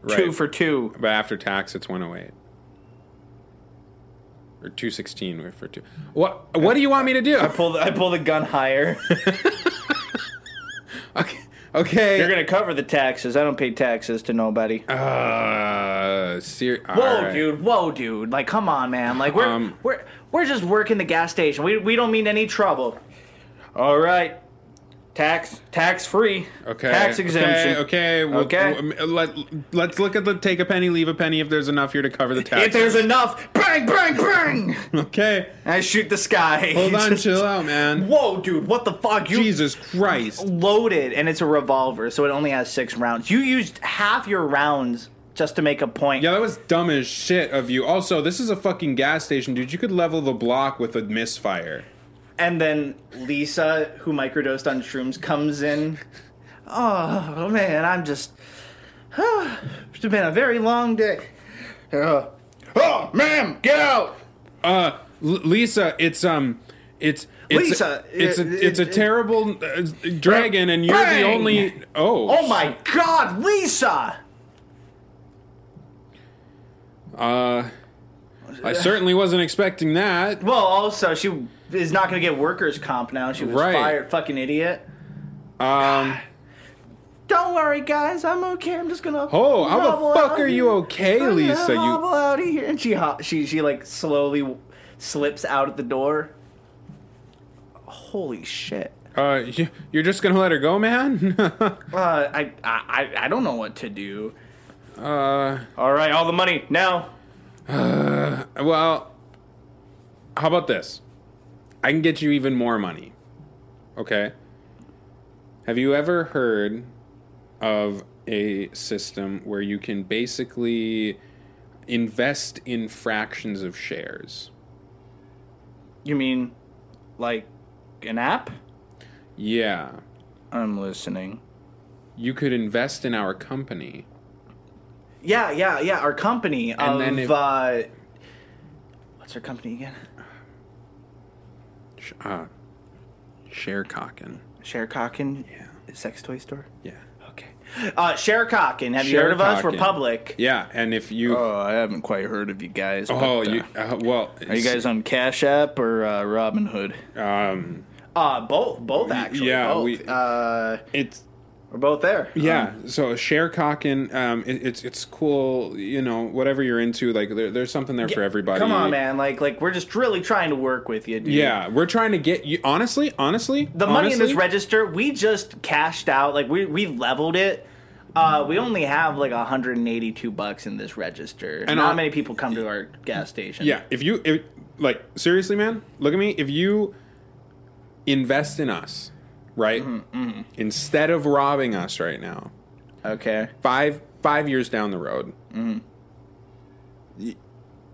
[SPEAKER 2] Right.
[SPEAKER 4] Two for two.
[SPEAKER 2] But after tax, it's 108. Or 216 for two. What What do you want me to do?
[SPEAKER 4] Pull the, I pull the gun higher.
[SPEAKER 2] Okay. Okay.
[SPEAKER 4] You're gonna cover the taxes. I don't pay taxes to nobody.
[SPEAKER 2] Uh, ser-
[SPEAKER 4] Whoa,
[SPEAKER 2] alright.
[SPEAKER 4] dude! Whoa, dude! Like, come on, man! Like, we're
[SPEAKER 2] Um,
[SPEAKER 4] we're we're just working the gas station. We we don't mean any trouble. All right, tax tax free.
[SPEAKER 2] Okay.
[SPEAKER 4] Tax
[SPEAKER 2] okay,
[SPEAKER 4] exemption.
[SPEAKER 2] Okay. We'll,
[SPEAKER 4] Okay.
[SPEAKER 2] we'll- um, let, let's look at the take a penny, leave a penny if there's enough here to cover the tax.
[SPEAKER 4] If there's enough, bang, bang, bang!
[SPEAKER 2] Okay.
[SPEAKER 4] I shoot the sky.
[SPEAKER 2] Hold on,
[SPEAKER 4] Just-
[SPEAKER 2] chill out, man.
[SPEAKER 4] Whoa, dude! What the fuck? You
[SPEAKER 2] Jesus Christ.
[SPEAKER 4] loaded, and it's a revolver, so it only has six rounds. You used half your rounds just to make a point.
[SPEAKER 2] Yeah, that was dumb as shit of you. Also, this is a fucking gas station, dude. You could level the block with a misfire.
[SPEAKER 4] And then Lisa, who microdosed on shrooms, comes in. Oh man, I'm just. it's been a very long day. Uh, oh, ma'am, get out!
[SPEAKER 2] Uh, L- Lisa, it's um, it's it's
[SPEAKER 4] Lisa,
[SPEAKER 2] it's
[SPEAKER 4] it-
[SPEAKER 2] a it's a
[SPEAKER 4] it-
[SPEAKER 2] terrible uh, dragon, and you're
[SPEAKER 4] Bang!
[SPEAKER 2] the only. Oh,
[SPEAKER 4] Oh my God, Lisa!
[SPEAKER 2] I certainly wasn't expecting that.
[SPEAKER 4] Well, also she is not gonna get workers' comp now. She was
[SPEAKER 2] Right.
[SPEAKER 4] fired, fucking idiot.
[SPEAKER 2] Um,
[SPEAKER 4] Don't worry, guys, I'm okay. I'm just gonna.
[SPEAKER 2] Oh, how the
[SPEAKER 4] hobble
[SPEAKER 2] fuck
[SPEAKER 4] out
[SPEAKER 2] are
[SPEAKER 4] of
[SPEAKER 2] you
[SPEAKER 4] here.
[SPEAKER 2] okay,
[SPEAKER 4] I'm gonna
[SPEAKER 2] Lisa? You-
[SPEAKER 4] hobble out of here, and she ho- she she like slowly w- slips out at the door. Holy shit.
[SPEAKER 2] uh, you, you're just gonna let her go, man?
[SPEAKER 4] Uh, I, I, I- I don't know what to do.
[SPEAKER 2] uh,
[SPEAKER 4] All right, all the money now.
[SPEAKER 2] well, how about this? I can get you even more money. Okay. Have you ever heard of a system where you can basically invest in fractions of shares?
[SPEAKER 4] You mean, like, an app?
[SPEAKER 2] Yeah.
[SPEAKER 4] I'm listening.
[SPEAKER 2] You could invest in our company.
[SPEAKER 4] Yeah, yeah, yeah. Our company and of
[SPEAKER 2] then if-
[SPEAKER 4] uh, what's our company again?
[SPEAKER 2] Sh- Uh, Sharecocken.
[SPEAKER 4] Sharecocken. Sex toy store.
[SPEAKER 2] Yeah.
[SPEAKER 4] Okay. Uh, Sharecocken. Have you heard of us? We're
[SPEAKER 2] Sharecocken.
[SPEAKER 4] public.
[SPEAKER 2] Yeah, and if you
[SPEAKER 4] Oh, I haven't quite heard of you guys.
[SPEAKER 2] Oh, you, uh, well,
[SPEAKER 4] on Cash App or uh, Robinhood?
[SPEAKER 2] Um,
[SPEAKER 4] Uh, both, both actually.
[SPEAKER 2] yeah,
[SPEAKER 4] both.
[SPEAKER 2] we-
[SPEAKER 4] uh,
[SPEAKER 2] It's
[SPEAKER 4] we're both there.
[SPEAKER 2] Yeah, so share cocking. Um, it, it's it's cool. You know, whatever you're into, like there, there's something there for everybody.
[SPEAKER 4] Come on, man. Like, like we're just really trying to work with you, dude.
[SPEAKER 2] Yeah, we're trying to get you. Honestly, honestly,
[SPEAKER 4] The money in this
[SPEAKER 2] honestly,
[SPEAKER 4] register, we just cashed out. Like, we we leveled it. Uh, we only have like 182 bucks in this register.
[SPEAKER 2] And
[SPEAKER 4] not
[SPEAKER 2] I-
[SPEAKER 4] many people come to our gas station.
[SPEAKER 2] Yeah, if you if, like seriously, man, look at me. If you invest in us, right,
[SPEAKER 4] Mm-hmm,
[SPEAKER 2] instead of robbing us right now,
[SPEAKER 4] Okay.
[SPEAKER 2] five five years down the road, y-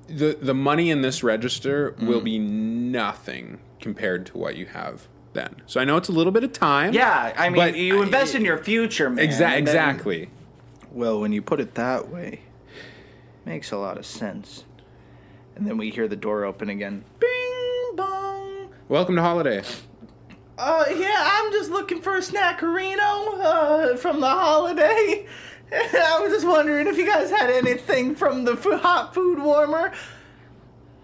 [SPEAKER 2] the the money in this register will be nothing compared to what you have then. So I know it's a little bit of time.
[SPEAKER 4] Yeah, I mean,
[SPEAKER 2] But
[SPEAKER 4] you invest in your future, man.
[SPEAKER 2] Exa-
[SPEAKER 4] and then-
[SPEAKER 2] exactly.
[SPEAKER 4] Well, when you put it that way, makes a lot of sense. And then we hear the door open again. Bing bong.
[SPEAKER 2] Welcome to holiday.
[SPEAKER 4] Uh, yeah, I'm just looking for a snackerino uh, from the holiday. I was just wondering if you guys had anything from the fu- hot food warmer.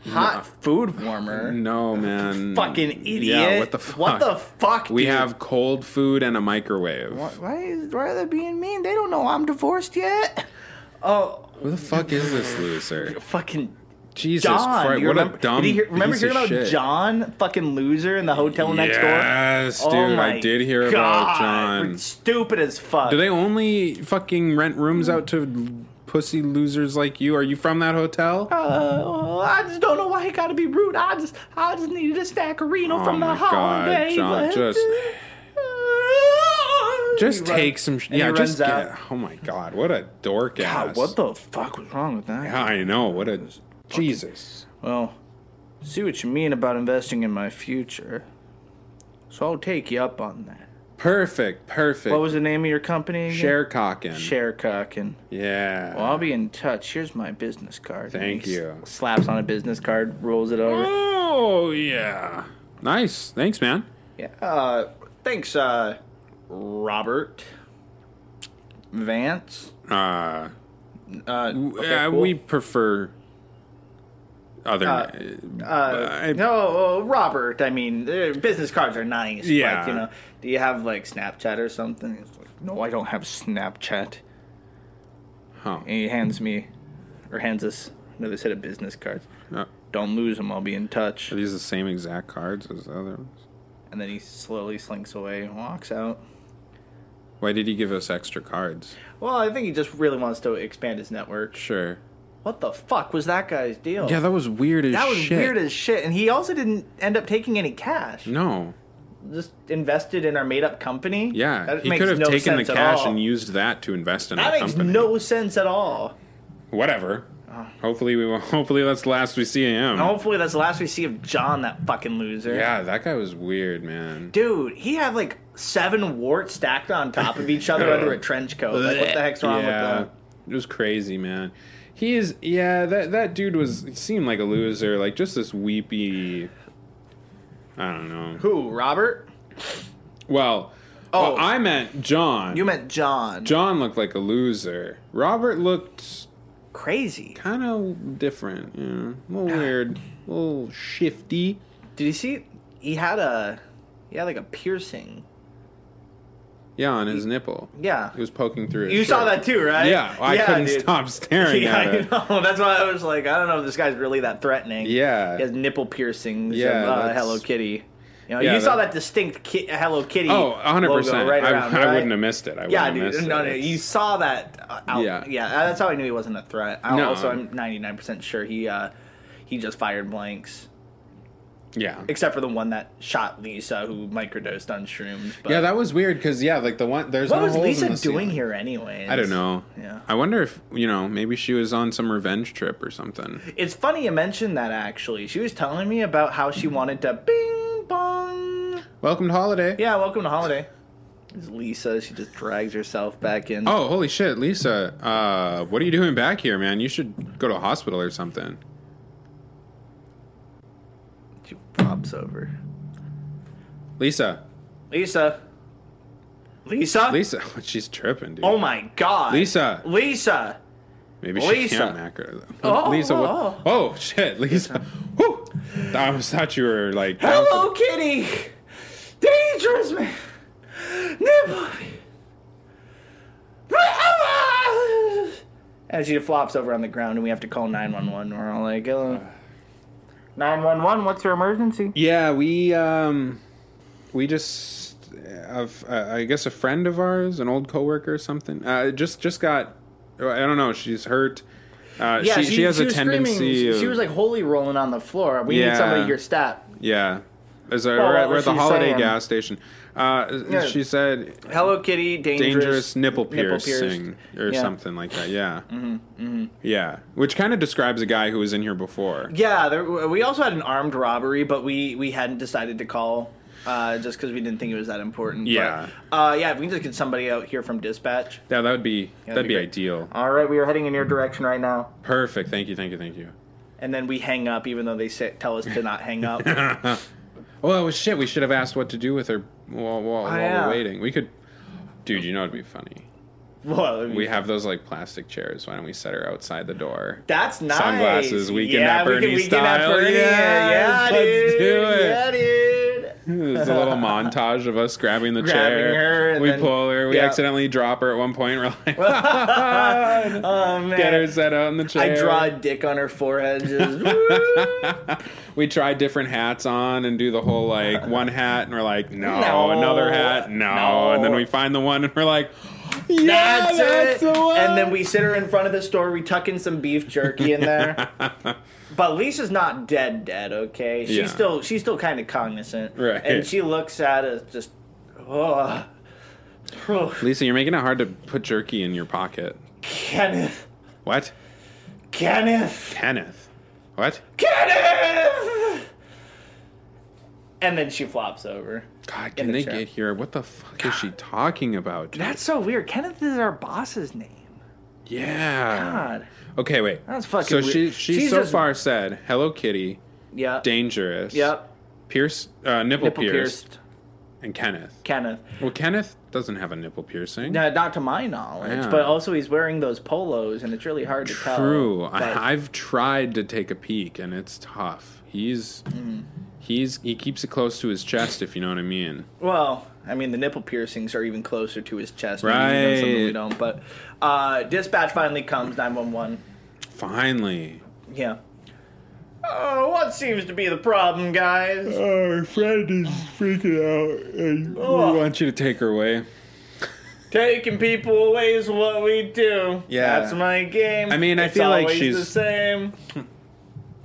[SPEAKER 4] Hot food warmer.
[SPEAKER 2] No man.
[SPEAKER 4] Fucking idiot.
[SPEAKER 2] Mm. Yeah. What the fuck?
[SPEAKER 4] What the fuck?
[SPEAKER 2] We
[SPEAKER 4] dude?
[SPEAKER 2] have cold food and a microwave.
[SPEAKER 4] Why, is, why are they being mean? They don't know I'm divorced yet. Oh,
[SPEAKER 2] Who the fuck is this loser?
[SPEAKER 4] fucking
[SPEAKER 2] Jesus
[SPEAKER 4] John.
[SPEAKER 2] Christ!
[SPEAKER 4] you
[SPEAKER 2] What
[SPEAKER 4] remember,
[SPEAKER 2] a dumb.
[SPEAKER 4] did you hear, remember
[SPEAKER 2] piece
[SPEAKER 4] hearing
[SPEAKER 2] of
[SPEAKER 4] about
[SPEAKER 2] shit.
[SPEAKER 4] John, fucking loser, in the hotel next door?
[SPEAKER 2] Yes,
[SPEAKER 4] Oh
[SPEAKER 2] dude, I
[SPEAKER 4] my
[SPEAKER 2] did hear
[SPEAKER 4] God.
[SPEAKER 2] about John.
[SPEAKER 4] Stupid as fuck.
[SPEAKER 2] Do they only fucking rent rooms out to pussy losers like you? Are you from that hotel?
[SPEAKER 4] Uh, I just don't know why he got to be rude. I just, I just needed a stackerino
[SPEAKER 2] Oh
[SPEAKER 4] from the
[SPEAKER 2] my God,
[SPEAKER 4] holiday.
[SPEAKER 2] John,
[SPEAKER 4] but-
[SPEAKER 2] just- just
[SPEAKER 4] He run-
[SPEAKER 2] take some. Sh-
[SPEAKER 4] and he
[SPEAKER 2] yeah, just
[SPEAKER 4] runs
[SPEAKER 2] get.
[SPEAKER 4] out.
[SPEAKER 2] Oh my god, what a dork
[SPEAKER 4] God,
[SPEAKER 2] ass.
[SPEAKER 4] Ah, what the fuck was wrong with that?
[SPEAKER 2] Yeah, I know. What a Jesus.
[SPEAKER 4] Well, see what you mean about investing in my future. So I'll take you up on that.
[SPEAKER 2] Perfect. Perfect.
[SPEAKER 4] What was the name of your company? Again?
[SPEAKER 2] Sharecocking.
[SPEAKER 4] Sharecocking.
[SPEAKER 2] Yeah.
[SPEAKER 4] Well, I'll be in touch. Here's my business card. And
[SPEAKER 2] Thank
[SPEAKER 4] he
[SPEAKER 2] you.
[SPEAKER 4] s- Slaps on a business card, rolls it over.
[SPEAKER 2] oh yeah. Nice. Thanks, man.
[SPEAKER 4] Yeah. Uh, thanks, uh, Robert Vance.
[SPEAKER 2] Uh,
[SPEAKER 4] Uh,
[SPEAKER 2] yeah,
[SPEAKER 4] cool.
[SPEAKER 2] we prefer other. Uh, I-
[SPEAKER 4] no, uh, Robert. I mean, uh, business cards are nice.
[SPEAKER 2] Yeah.
[SPEAKER 4] Like, you know, do you have like Snapchat or something? He's like, no, I don't have Snapchat.
[SPEAKER 2] huh.
[SPEAKER 4] And he hands me, or hands us another set of business cards.
[SPEAKER 2] Uh,
[SPEAKER 4] Don't lose them. I'll be in touch.
[SPEAKER 2] are these the same exact cards as the other ones?
[SPEAKER 4] And then he slowly slinks away and walks out.
[SPEAKER 2] Why did he give us extra cards?
[SPEAKER 4] Well, I think he just really wants to expand his network.
[SPEAKER 2] Sure.
[SPEAKER 4] What the fuck was that guy's deal?
[SPEAKER 2] Yeah, that was weird as
[SPEAKER 4] That was
[SPEAKER 2] shit.
[SPEAKER 4] weird as shit. And he also didn't end up taking any cash.
[SPEAKER 2] No.
[SPEAKER 4] Just invested in our made up company.
[SPEAKER 2] Yeah,
[SPEAKER 4] That
[SPEAKER 2] he
[SPEAKER 4] makes
[SPEAKER 2] could have
[SPEAKER 4] no
[SPEAKER 2] taken the
[SPEAKER 4] sense at
[SPEAKER 2] cash
[SPEAKER 4] all.
[SPEAKER 2] and used that to invest in
[SPEAKER 4] That
[SPEAKER 2] our
[SPEAKER 4] makes
[SPEAKER 2] company.
[SPEAKER 4] no Ah. sense at all.
[SPEAKER 2] Whatever. Hopefully we will. Hopefully that's the last we see of him.
[SPEAKER 4] And hopefully that's the last we see of John, that fucking loser.
[SPEAKER 2] Yeah, that guy was weird, man.
[SPEAKER 4] Dude, he had like seven warts stacked on top of each other under a trench coat. Like, what the heck's wrong
[SPEAKER 2] yeah,
[SPEAKER 4] with that?
[SPEAKER 2] it was crazy, man. He is. Yeah, that that dude was seemed like a loser. Like just this weepy. I don't know.
[SPEAKER 4] Who, Robert?
[SPEAKER 2] Well,
[SPEAKER 4] Oh.
[SPEAKER 2] well, I meant John.
[SPEAKER 4] You meant John.
[SPEAKER 2] John looked like a loser. Robert looked
[SPEAKER 4] Crazy.
[SPEAKER 2] kind of different. You know, a little
[SPEAKER 4] Ah.
[SPEAKER 2] weird, a little shifty.
[SPEAKER 4] Did you see? He had a. He had like a piercing.
[SPEAKER 2] Yeah, on his nipple.
[SPEAKER 4] Yeah.
[SPEAKER 2] It was poking through. His
[SPEAKER 4] You saw
[SPEAKER 2] shirt.
[SPEAKER 4] that too, right?
[SPEAKER 2] Yeah, I couldn't
[SPEAKER 4] dude.
[SPEAKER 2] stop staring
[SPEAKER 4] Yeah,
[SPEAKER 2] at
[SPEAKER 4] I
[SPEAKER 2] it.
[SPEAKER 4] know. That's why I was like, I don't know if this guy's really that threatening.
[SPEAKER 2] Yeah.
[SPEAKER 4] He has nipple piercings
[SPEAKER 2] Yeah,
[SPEAKER 4] of uh,
[SPEAKER 2] that's-
[SPEAKER 4] Hello Kitty. You know,
[SPEAKER 2] Yeah,
[SPEAKER 4] you saw
[SPEAKER 2] that-
[SPEAKER 4] that distinct ki- Hello Kitty.
[SPEAKER 2] Oh, 100
[SPEAKER 4] logo
[SPEAKER 2] percent.
[SPEAKER 4] Right
[SPEAKER 2] I,
[SPEAKER 4] around,
[SPEAKER 2] I
[SPEAKER 4] right?
[SPEAKER 2] wouldn't have missed it. I wouldn't
[SPEAKER 4] Yeah,
[SPEAKER 2] have missed
[SPEAKER 4] dude.
[SPEAKER 2] it.
[SPEAKER 4] No, no, you saw that. uh, Out.
[SPEAKER 2] Yeah.
[SPEAKER 4] Yeah, That's how I knew he wasn't a threat. I
[SPEAKER 2] No.
[SPEAKER 4] Also, I'm 99 percent sure he uh, he just fired blanks,
[SPEAKER 2] yeah.
[SPEAKER 4] except for the one that shot Lisa, who microdosed on shrooms. But
[SPEAKER 2] Yeah, that was weird because yeah, like the one there's
[SPEAKER 4] what
[SPEAKER 2] no
[SPEAKER 4] was
[SPEAKER 2] holes in
[SPEAKER 4] Lisa
[SPEAKER 2] the
[SPEAKER 4] doing
[SPEAKER 2] ceiling.
[SPEAKER 4] here anyway?
[SPEAKER 2] I don't know.
[SPEAKER 4] Yeah.
[SPEAKER 2] I wonder if you know maybe she was on some revenge trip or something.
[SPEAKER 4] It's funny you mentioned that actually. She was telling me about how she wanted to bing bong.
[SPEAKER 2] Welcome to holiday.
[SPEAKER 4] Yeah, welcome to holiday. It's Lisa. She just drags herself back in.
[SPEAKER 2] Oh, holy shit, Lisa. Uh, what are you doing back here, man? You should go to a hospital or something.
[SPEAKER 4] She pops over.
[SPEAKER 2] Lisa.
[SPEAKER 4] Lisa. Lisa.
[SPEAKER 2] Lisa. She's tripping, dude.
[SPEAKER 4] Oh my God.
[SPEAKER 2] Lisa.
[SPEAKER 4] Lisa.
[SPEAKER 2] Maybe she
[SPEAKER 4] Lisa.
[SPEAKER 2] can't macro.
[SPEAKER 4] Oh,
[SPEAKER 2] Lisa, what?
[SPEAKER 4] oh.
[SPEAKER 2] Oh, shit, Lisa. Whew. I almost thought you were like. down for
[SPEAKER 4] Hello, Kitty. Dangerous man. Nipple. As she flops over on the ground, and we have to call 911. We're all like, uh, 911, what's your emergency?
[SPEAKER 2] Yeah, we um, we just, uh, of- uh, I guess, a friend of ours, an old coworker or something, uh, just just got. I don't know. She's hurt. Uh, she, she, has a
[SPEAKER 4] was screaming.
[SPEAKER 2] tendency.
[SPEAKER 4] She,
[SPEAKER 2] Of,
[SPEAKER 4] she was like holy rolling on the floor. We need
[SPEAKER 2] Yeah.
[SPEAKER 4] somebody here stat.
[SPEAKER 2] yeah. Is there,
[SPEAKER 4] Well,
[SPEAKER 2] we're, at,
[SPEAKER 4] what
[SPEAKER 2] we're at the
[SPEAKER 4] she's
[SPEAKER 2] Holiday
[SPEAKER 4] saying-
[SPEAKER 2] gas station. Uh,
[SPEAKER 4] um, Yeah.
[SPEAKER 2] She said
[SPEAKER 4] Hello Kitty, dangerous,
[SPEAKER 2] dangerous nipple
[SPEAKER 4] pierced.
[SPEAKER 2] piercing or
[SPEAKER 4] Yeah.
[SPEAKER 2] something like that. Yeah. Mm-hmm. Yeah. Which kind of describes a guy who was in here before.
[SPEAKER 4] Yeah, there, we also had an armed robbery, but we we hadn't decided to call uh, just because we didn't think it was that important. But,
[SPEAKER 2] Yeah.
[SPEAKER 4] uh, yeah. If we can just get somebody out here from dispatch.
[SPEAKER 2] Yeah, that would be that'd
[SPEAKER 4] that'd
[SPEAKER 2] be
[SPEAKER 4] be great.
[SPEAKER 2] ideal.
[SPEAKER 4] All right, we are heading in your direction right now.
[SPEAKER 2] Perfect. Thank you. Thank you. Thank you.
[SPEAKER 4] And then we hang up, even though they say, tell us to not hang up.
[SPEAKER 2] Well, shit. We should have asked what to do with her while, while, while
[SPEAKER 4] Oh, yeah.
[SPEAKER 2] we're waiting. We could, dude. You know it'd be funny.
[SPEAKER 4] well,
[SPEAKER 2] We have those like plastic chairs. Why don't we set her outside the door?
[SPEAKER 4] that's nice.
[SPEAKER 2] Sunglasses, weekend
[SPEAKER 4] yeah,
[SPEAKER 2] at
[SPEAKER 4] we
[SPEAKER 2] Bernie
[SPEAKER 4] can, weekend at
[SPEAKER 2] style.
[SPEAKER 4] Bernie.
[SPEAKER 2] Yes,
[SPEAKER 4] yeah,
[SPEAKER 2] let's
[SPEAKER 4] dude.
[SPEAKER 2] do it.
[SPEAKER 4] Yeah, dude.
[SPEAKER 2] There's a little montage of us grabbing the
[SPEAKER 4] Grabbing
[SPEAKER 2] chair.
[SPEAKER 4] her and
[SPEAKER 2] we
[SPEAKER 4] then-
[SPEAKER 2] pull her. We
[SPEAKER 4] yeah.
[SPEAKER 2] accidentally drop her at one point. We're like,
[SPEAKER 4] Oh man.
[SPEAKER 2] get her set out in the
[SPEAKER 4] I
[SPEAKER 2] chair.
[SPEAKER 4] draw a dick on her forehead. Just, woo.
[SPEAKER 2] we try different hats on and do the whole like one hat and we're like no,
[SPEAKER 4] No.
[SPEAKER 2] another hat no.
[SPEAKER 4] No.
[SPEAKER 2] and then we find the one and we're like yeah
[SPEAKER 4] That's,
[SPEAKER 2] that's,
[SPEAKER 4] it.
[SPEAKER 2] the one
[SPEAKER 4] And then we sit her in front of the store. We tuck in some beef jerky in there. but Lisa's not dead, dead. Okay, she's
[SPEAKER 2] Yeah.
[SPEAKER 4] still she's still kind of cognizant.
[SPEAKER 2] Right.
[SPEAKER 4] And she looks at us just, oh,
[SPEAKER 2] Lisa you're making it hard to put jerky in your pocket
[SPEAKER 4] Kenneth,
[SPEAKER 2] what
[SPEAKER 4] Kenneth,
[SPEAKER 2] Kenneth what
[SPEAKER 4] Kenneth. And then she flops over.
[SPEAKER 2] God
[SPEAKER 4] In
[SPEAKER 2] can
[SPEAKER 4] the
[SPEAKER 2] they
[SPEAKER 4] chair.
[SPEAKER 2] get here what the fuck is she talking about dude?
[SPEAKER 4] That's so weird. Kenneth is our boss's name.
[SPEAKER 2] yeah
[SPEAKER 4] God.
[SPEAKER 2] okay wait
[SPEAKER 4] That's fucking
[SPEAKER 2] so
[SPEAKER 4] weird.
[SPEAKER 2] she she
[SPEAKER 4] She's
[SPEAKER 2] so
[SPEAKER 4] just-
[SPEAKER 2] far said Hello Kitty
[SPEAKER 4] Yeah.
[SPEAKER 2] dangerous
[SPEAKER 4] Yep.
[SPEAKER 2] Pierce uh, nipple,
[SPEAKER 4] Nipple
[SPEAKER 2] pierced,
[SPEAKER 4] pierced.
[SPEAKER 2] and Kenneth
[SPEAKER 4] Kenneth.
[SPEAKER 2] well Kenneth doesn't have a nipple piercing
[SPEAKER 4] No, Uh, not to my knowledge,
[SPEAKER 2] Yeah.
[SPEAKER 4] but also he's wearing those polos, and it's really hard to tell.
[SPEAKER 2] True.
[SPEAKER 4] but-
[SPEAKER 2] I, I've tried to take a peek, and it's tough. He's he's he keeps it close to his chest, if you know what I mean.
[SPEAKER 4] well, I mean, the nipple piercings are even closer to his chest. maybe we know something we
[SPEAKER 2] Right.
[SPEAKER 4] don't. But uh, dispatch finally comes. Nine one one.
[SPEAKER 2] Finally,
[SPEAKER 4] Yeah. Oh, what seems to be the problem, guys?
[SPEAKER 2] our friend is freaking out, and
[SPEAKER 4] Ugh.
[SPEAKER 2] we want you to take her away.
[SPEAKER 4] Taking people away is what we do.
[SPEAKER 2] Yeah.
[SPEAKER 4] that's my game.
[SPEAKER 2] I mean, I
[SPEAKER 4] It's
[SPEAKER 2] feel like
[SPEAKER 4] always
[SPEAKER 2] she's-
[SPEAKER 4] the same.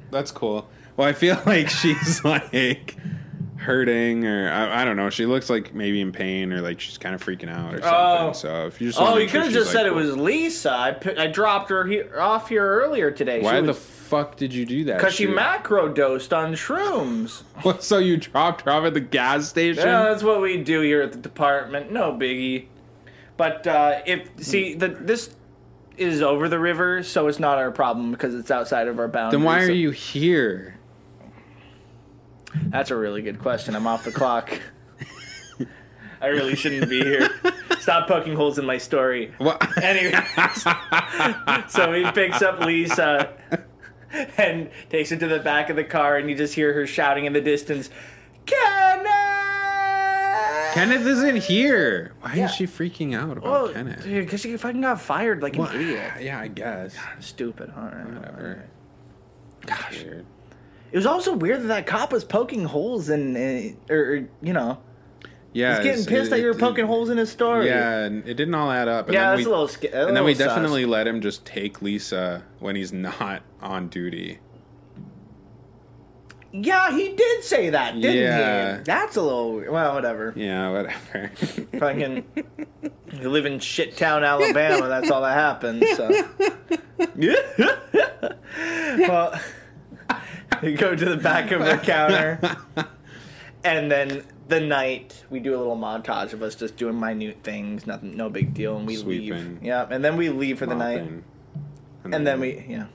[SPEAKER 2] That's cool. Well, I feel like she's like hurting, or I, I don't know. She looks like maybe in pain, or like she's kind of freaking out, or something.
[SPEAKER 4] Oh.
[SPEAKER 2] So if you just wanna
[SPEAKER 4] Oh, you
[SPEAKER 2] make sure
[SPEAKER 4] could have
[SPEAKER 2] she's,
[SPEAKER 4] just
[SPEAKER 2] like,
[SPEAKER 4] said it
[SPEAKER 2] cool.
[SPEAKER 4] was Lisa. I, pi- I dropped her he- off here earlier today.
[SPEAKER 2] Why
[SPEAKER 4] she
[SPEAKER 2] the fuck did you do that?
[SPEAKER 4] because she
[SPEAKER 2] Shoot.
[SPEAKER 4] macro dosed on shrooms.
[SPEAKER 2] so you dropped her off at the gas station.
[SPEAKER 4] Yeah, Uh, that's what we do here at the department. No biggie. But uh, if see the, this is over the river, so it's not our problem because it's outside of our boundaries.
[SPEAKER 2] Then why are
[SPEAKER 4] So-
[SPEAKER 2] you here?
[SPEAKER 4] That's a really good question. I'm off the clock. I really shouldn't be here. Stop poking holes in my story.
[SPEAKER 2] Well,
[SPEAKER 4] Anyway, so he picks up Lisa and takes her to the back of the car, and you just hear her shouting in the distance, "Kenneth!"
[SPEAKER 2] Kenneth isn't here. Why
[SPEAKER 4] Yeah.
[SPEAKER 2] is she freaking out about
[SPEAKER 4] Oh,
[SPEAKER 2] Kenneth?
[SPEAKER 4] dude, because she fucking got fired like an
[SPEAKER 2] Well,
[SPEAKER 4] idiot.
[SPEAKER 2] Yeah, I guess.
[SPEAKER 4] Stupid, huh?
[SPEAKER 2] Whatever.
[SPEAKER 4] Gosh.
[SPEAKER 2] Weird.
[SPEAKER 4] It was also weird that that cop was poking holes in, in or, or, you know,
[SPEAKER 2] Yeah,
[SPEAKER 4] he's getting
[SPEAKER 2] it's-
[SPEAKER 4] pissed that
[SPEAKER 2] it-
[SPEAKER 4] you were
[SPEAKER 2] it-
[SPEAKER 4] poking holes in his story.
[SPEAKER 2] Yeah, and it didn't all add up. And
[SPEAKER 4] Yeah,
[SPEAKER 2] then
[SPEAKER 4] that's
[SPEAKER 2] we,
[SPEAKER 4] a little sca- a
[SPEAKER 2] And then we
[SPEAKER 4] little Oh, sus.
[SPEAKER 2] definitely let him just take Lisa when he's not on duty.
[SPEAKER 4] Yeah, he did say that, didn't
[SPEAKER 2] Yeah.
[SPEAKER 4] he? That's a little weird. Well, whatever.
[SPEAKER 2] Yeah, whatever.
[SPEAKER 4] Fucking, you live in shit town, Alabama. That's all that happens. So. well, you go to the back of the counter, and then the night we do a little montage of us just doing minute things, nothing, no big deal, and we leave.
[SPEAKER 2] Sweeping.
[SPEAKER 4] Yeah, and then we leave for the night,
[SPEAKER 2] Mopping.
[SPEAKER 4] and then we yeah.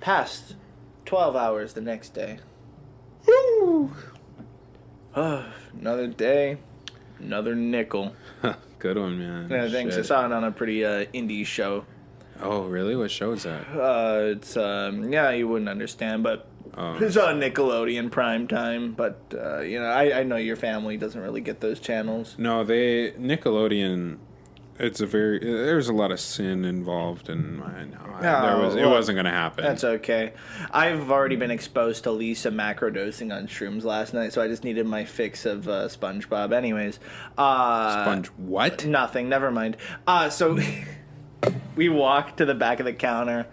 [SPEAKER 4] Past twelve hours the next day. Ah, Another day, another nickel.
[SPEAKER 2] Good one, man.
[SPEAKER 4] Yeah, thanks. I
[SPEAKER 2] Shit.
[SPEAKER 4] saw it on a pretty uh, indie show.
[SPEAKER 2] Oh, really? What show is that?
[SPEAKER 4] Uh, it's um, yeah, you wouldn't understand, but It's on Nickelodeon prime time, but uh, you know, I, I know your family doesn't really get those channels.
[SPEAKER 2] No, they Nickelodeon. It's a very there's a lot of sin involved, and I know there was it
[SPEAKER 4] well,
[SPEAKER 2] wasn't going to happen.
[SPEAKER 4] That's okay. I've already been exposed to Lisa macrodosing on shrooms last night, so I just needed my fix of uh, SpongeBob. Anyways, uh,
[SPEAKER 2] Sponge what?
[SPEAKER 4] Nothing. Never mind. Uh, so we walk to the back of the counter.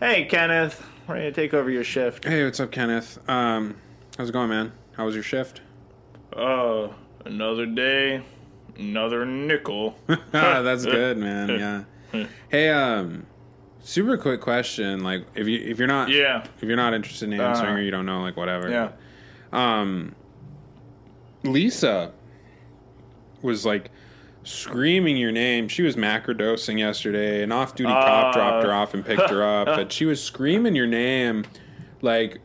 [SPEAKER 4] Hey, Kenneth, we're gonna take over your shift.
[SPEAKER 2] Hey, what's up, Kenneth? Um, how's it going, man? How was your shift?
[SPEAKER 4] Oh, another day, another nickel.
[SPEAKER 2] Ah, that's good, man. Yeah. Hey, um, super quick question. Like, if you if you're not
[SPEAKER 4] Yeah. Uh-huh.
[SPEAKER 2] if you're not interested in answering or you don't know, like whatever. Um,
[SPEAKER 4] yeah.
[SPEAKER 2] Lisa was like screaming your name. She was macrodosing yesterday. An off-duty cop dropped
[SPEAKER 4] Uh.
[SPEAKER 2] her off and picked her up, but she was screaming your name, like.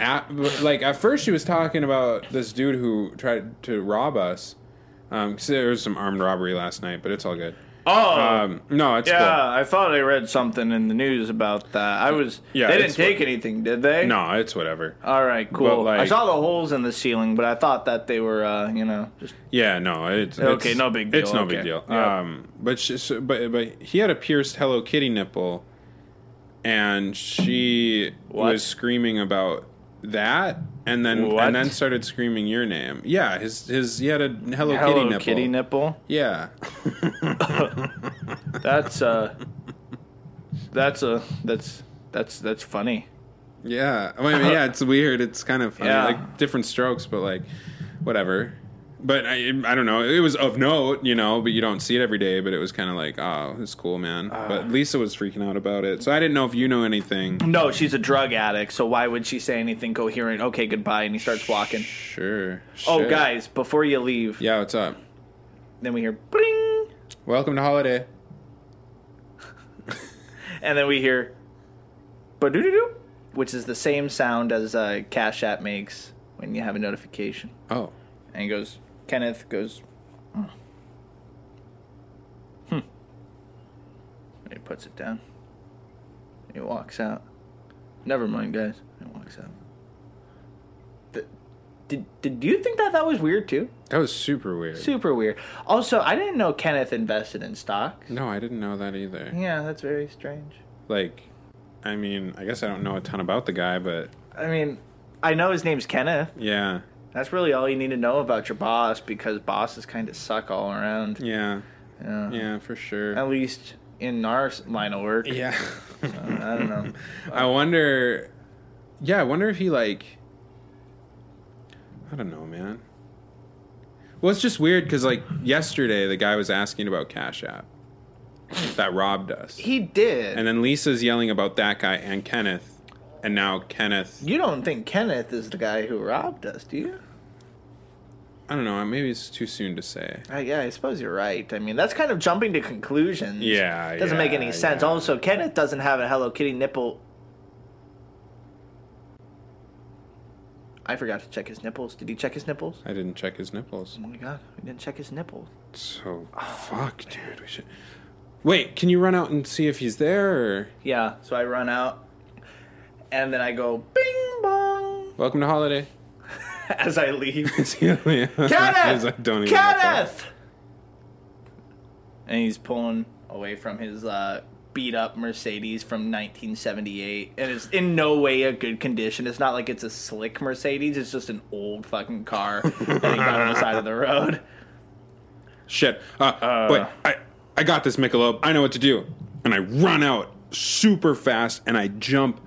[SPEAKER 2] At, like at first she was talking about this dude who tried to rob us um 'cause there was some armed robbery last night but it's all good
[SPEAKER 4] Oh,
[SPEAKER 2] um no it's
[SPEAKER 4] yeah.
[SPEAKER 2] cool.
[SPEAKER 4] I thought I read something in the news about that. I was.
[SPEAKER 2] Yeah,
[SPEAKER 4] Yeah, they didn't
[SPEAKER 2] it's
[SPEAKER 4] take anything, did they?
[SPEAKER 2] No, it's whatever.
[SPEAKER 4] All right, cool.
[SPEAKER 2] like-
[SPEAKER 4] I saw the holes in the ceiling, but I thought that they were, uh, you know, just
[SPEAKER 2] Yeah, no, it's
[SPEAKER 4] Okay,
[SPEAKER 2] it's-
[SPEAKER 4] no big deal,
[SPEAKER 2] It's no big
[SPEAKER 4] okay.
[SPEAKER 2] deal.
[SPEAKER 4] Yeah.
[SPEAKER 2] Um, but she, so, but but he had a pierced Hello Kitty nipple, and she
[SPEAKER 4] What?
[SPEAKER 2] was screaming about that, and then
[SPEAKER 4] What?
[SPEAKER 2] and then started screaming your name. Yeah, his his he had a Hello,
[SPEAKER 4] Hello
[SPEAKER 2] Kitty nipple.
[SPEAKER 4] Kitty nipple.
[SPEAKER 2] yeah,
[SPEAKER 4] That's uh, that's a that's that's that's funny.
[SPEAKER 2] yeah. I mean, yeah, it's weird. It's kind of funny.
[SPEAKER 4] Yeah.
[SPEAKER 2] like different strokes, but like whatever. But I, I don't know. It was of note, you know, but you don't see it every day. But it was kind of like, oh, it's cool, man.
[SPEAKER 4] Ah.
[SPEAKER 2] but Lisa was freaking out about it, so I didn't know if you know anything.
[SPEAKER 4] No, she's a drug addict, so why would she say anything coherent? Okay, goodbye, and he starts walking.
[SPEAKER 2] Sure.
[SPEAKER 4] Oh,
[SPEAKER 2] Shit.
[SPEAKER 4] guys, before you leave,
[SPEAKER 2] Yeah, what's up?
[SPEAKER 4] then we hear bling,
[SPEAKER 2] Welcome to holiday.
[SPEAKER 4] and then we hear ba-doo-doo-doo, which is the same sound as uh, Cash App makes when you have a notification.
[SPEAKER 2] Oh,
[SPEAKER 4] And he goes, Kenneth goes, "Hmm." hmm. And he puts it down. And he walks out. Never mind, guys. And he walks out. Th- Did, did you think that that was weird too?
[SPEAKER 2] that was super weird.
[SPEAKER 4] Super weird. Also, I didn't know Kenneth invested in stock.
[SPEAKER 2] no, I didn't know that either.
[SPEAKER 4] Yeah, that's very strange.
[SPEAKER 2] Like, I mean, I guess I don't know a ton about the guy, but
[SPEAKER 4] I mean, I know his name's Kenneth.
[SPEAKER 2] yeah,
[SPEAKER 4] That's really all you need to know about your boss because bosses kind of suck all around.
[SPEAKER 2] yeah,
[SPEAKER 4] Yeah.
[SPEAKER 2] yeah, for sure.
[SPEAKER 4] At least in our line of work.
[SPEAKER 2] Yeah,
[SPEAKER 4] Uh, I don't know.
[SPEAKER 2] I wonder. Yeah, I wonder if he like. I don't know, man. Well, it's just weird because like yesterday, the guy was asking about Cash App that robbed us.
[SPEAKER 4] He did.
[SPEAKER 2] And then Lisa's yelling about that guy and Kenneth. And now Kenneth,
[SPEAKER 4] you don't think Kenneth is the guy who robbed us, do you?
[SPEAKER 2] I don't know, uh, maybe it's too soon to say.
[SPEAKER 4] Uh, yeah, I suppose you're right. I mean, that's kind of jumping to conclusions.
[SPEAKER 2] Yeah,
[SPEAKER 4] Doesn't make
[SPEAKER 2] yeah,
[SPEAKER 4] any sense.
[SPEAKER 2] yeah.
[SPEAKER 4] Also, Kenneth doesn't have a Hello Kitty nipple. I forgot to check his nipples. Did he check his nipples?
[SPEAKER 2] I didn't check his nipples.
[SPEAKER 4] Oh my god, we didn't check his nipples.
[SPEAKER 2] So, fuck, dude. We should. Wait, can you run out and see if he's there? Or...
[SPEAKER 4] Yeah, so I run out and then I go bing bong
[SPEAKER 2] Welcome to Holiday.
[SPEAKER 4] as I leave.
[SPEAKER 2] Kenneth!
[SPEAKER 4] Kenneth!
[SPEAKER 2] don't even
[SPEAKER 4] Kenneth! And he's pulling away from his uh, beat up Mercedes from 1978. And it's in no way a good condition. It's not like it's a slick Mercedes, it's just an old fucking car. and he got on the side of the road.
[SPEAKER 2] Shit. Uh, wait, I, I got this, Michelob. I know what to do. And I run out super fast and I jump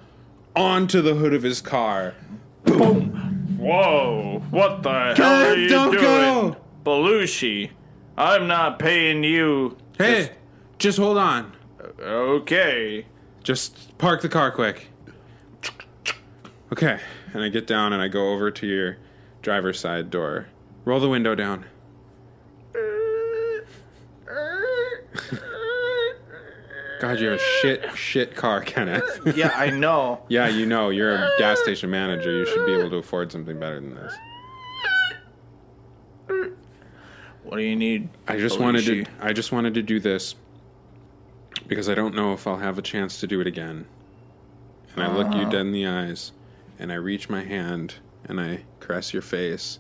[SPEAKER 2] onto the hood of his car.
[SPEAKER 4] Whoa, what the
[SPEAKER 2] Kenneth, don't go!
[SPEAKER 4] Belushi, I'm not paying you.
[SPEAKER 2] Hey, just hold on.
[SPEAKER 4] Okay.
[SPEAKER 2] Just park the car quick. Okay. And I get down and I go over to your driver's side door. Roll the window down. God, you have a shit, shit car, Kenneth.
[SPEAKER 4] Yeah, I know.
[SPEAKER 2] yeah, you know, you're a gas station manager. You should be able to afford something better than this.
[SPEAKER 4] What do you need?
[SPEAKER 2] I just wanted to I just wanted to do this Ah. because I don't know if I'll have a chance to do it again. And I look you dead in the eyes and I reach my hand and I caress your face,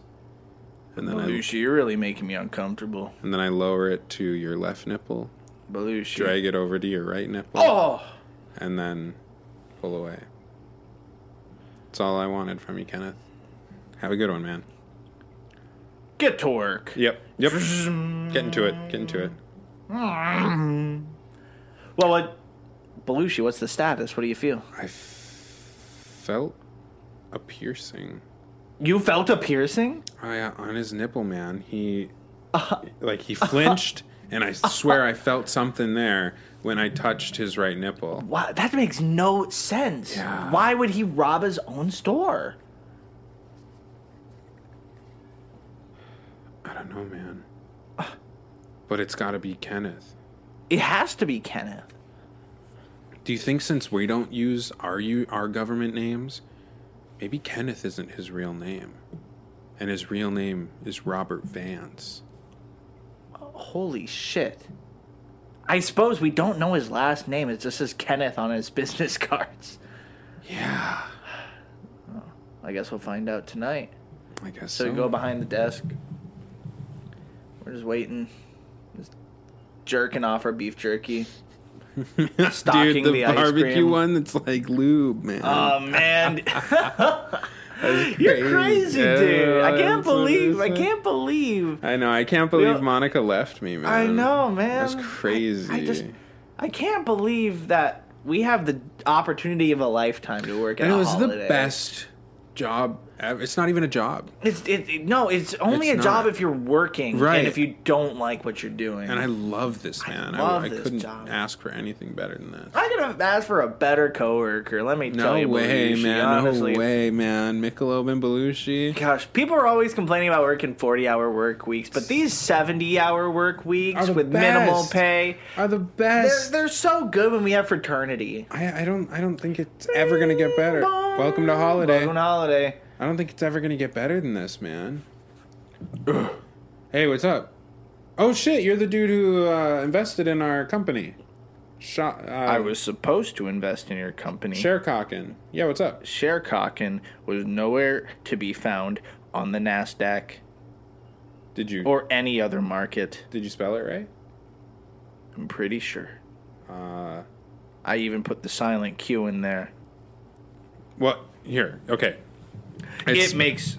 [SPEAKER 2] and then I
[SPEAKER 4] Belushi, you're really making me uncomfortable.
[SPEAKER 2] and then I lower it to your left nipple,
[SPEAKER 4] Belushi.
[SPEAKER 2] drag it over to your right nipple,
[SPEAKER 4] Oh!
[SPEAKER 2] and then pull away. That's all I wanted from you, Kenneth. Have a good one, man.
[SPEAKER 4] Get to work.
[SPEAKER 2] Yep. Yep. Get into it. Get into it.
[SPEAKER 4] Well, what, Belushi, what's the status? What do you feel?
[SPEAKER 2] I f- felt a piercing.
[SPEAKER 4] You felt a piercing?
[SPEAKER 2] Oh yeah, on his nipple, man. He like he flinched, and I swear I felt something there when I touched his right nipple.
[SPEAKER 4] Wow, that makes no sense. Why would he rob his own store?
[SPEAKER 2] I don't know, man. But it's got to be Kenneth.
[SPEAKER 4] It has to be Kenneth.
[SPEAKER 2] Do you think since we don't use our u- our government names, maybe Kenneth isn't his real name, and his real name is Robert Vance?
[SPEAKER 4] Holy shit. I suppose we don't know his last name. It just says Kenneth on his business cards.
[SPEAKER 2] Yeah,
[SPEAKER 4] I guess we'll find out tonight.
[SPEAKER 2] I guess
[SPEAKER 4] So
[SPEAKER 2] so.
[SPEAKER 4] we go behind the desk. We're just waiting. Just jerking off our beef jerky. Stocking
[SPEAKER 2] Dude, the,
[SPEAKER 4] the ice
[SPEAKER 2] barbecue
[SPEAKER 4] cream.
[SPEAKER 2] one that's like lube, man.
[SPEAKER 4] Oh, man. You're crazy, dude. I can't believe. I can't believe.
[SPEAKER 2] I know. I can't believe
[SPEAKER 4] Yeah.
[SPEAKER 2] Monica left me, man.
[SPEAKER 4] I know, man.
[SPEAKER 2] That's crazy.
[SPEAKER 4] I, I just. I can't believe that we have the opportunity of a lifetime to work at
[SPEAKER 2] and it
[SPEAKER 4] a
[SPEAKER 2] was the
[SPEAKER 4] holiday.
[SPEAKER 2] best job ever. It's not even a job.
[SPEAKER 4] It's it, it- no. It's only
[SPEAKER 2] It's
[SPEAKER 4] a job
[SPEAKER 2] not.
[SPEAKER 4] if you're working,
[SPEAKER 2] Right.
[SPEAKER 4] And if you don't like what you're doing,
[SPEAKER 2] And I love this, man. I,
[SPEAKER 4] love
[SPEAKER 2] I
[SPEAKER 4] this
[SPEAKER 2] couldn't
[SPEAKER 4] job.
[SPEAKER 2] ask for anything better than this.
[SPEAKER 4] I could have asked for a better coworker. Let me tell
[SPEAKER 2] No
[SPEAKER 4] you,
[SPEAKER 2] way,
[SPEAKER 4] Belushi,
[SPEAKER 2] man.
[SPEAKER 4] Honestly,
[SPEAKER 2] No way, man. Michelob and Belushi.
[SPEAKER 4] Gosh, people are always complaining about working 40 hour work weeks, but these 70 hour work
[SPEAKER 2] Are
[SPEAKER 4] weeks
[SPEAKER 2] the
[SPEAKER 4] with minimal
[SPEAKER 2] best.
[SPEAKER 4] pay,
[SPEAKER 2] Are the
[SPEAKER 4] they're,
[SPEAKER 2] best.
[SPEAKER 4] they're so good when we have fraternity.
[SPEAKER 2] I, I don't. I don't think it's ever gonna get better.
[SPEAKER 4] Bye.
[SPEAKER 2] Welcome to holiday.
[SPEAKER 4] Welcome to holiday.
[SPEAKER 2] I don't think it's ever gonna get better than this, man. hey, what's up? Oh shit, you're the dude who uh, invested in our company. Shot, uh,
[SPEAKER 4] I was supposed to invest in your company.
[SPEAKER 2] Sharecocking. Yeah, what's up?
[SPEAKER 4] Sharecocking was nowhere to be found on the NASDAQ
[SPEAKER 2] Did you
[SPEAKER 4] or any other market,
[SPEAKER 2] did you spell it right?
[SPEAKER 4] I'm pretty sure. Uh, I even put the silent Q in there.
[SPEAKER 2] What? Here, okay.
[SPEAKER 4] it makes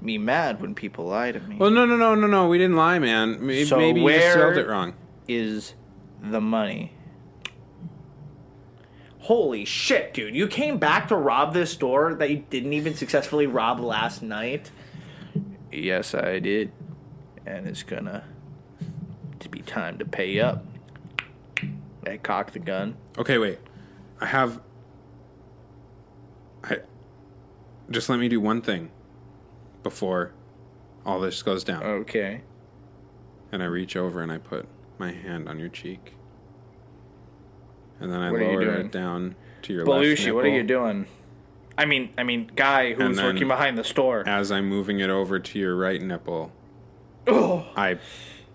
[SPEAKER 4] me mad when people lie to me.
[SPEAKER 2] well, no, no, no, no, no. We didn't lie, man. Maybe,
[SPEAKER 4] So
[SPEAKER 2] maybe you just spelled
[SPEAKER 4] where-
[SPEAKER 2] it wrong.
[SPEAKER 4] is the money. Holy shit, dude. You came back to rob this store that you didn't even successfully rob last night? Yes, I did. And it's gonna to be time to pay up. I cocked the gun.
[SPEAKER 2] Okay, wait. I have. I. Just let me do one thing before all this goes down.
[SPEAKER 4] Okay.
[SPEAKER 2] And I reach over and I put my hand on your cheek. And then I
[SPEAKER 4] What are you
[SPEAKER 2] lower
[SPEAKER 4] doing?
[SPEAKER 2] it down to your left
[SPEAKER 4] Belushi, what are
[SPEAKER 2] nipple
[SPEAKER 4] you doing? I mean, I mean, guy
[SPEAKER 2] And
[SPEAKER 4] who's
[SPEAKER 2] then-
[SPEAKER 4] working behind the store.
[SPEAKER 2] As I'm moving it over to your right nipple, I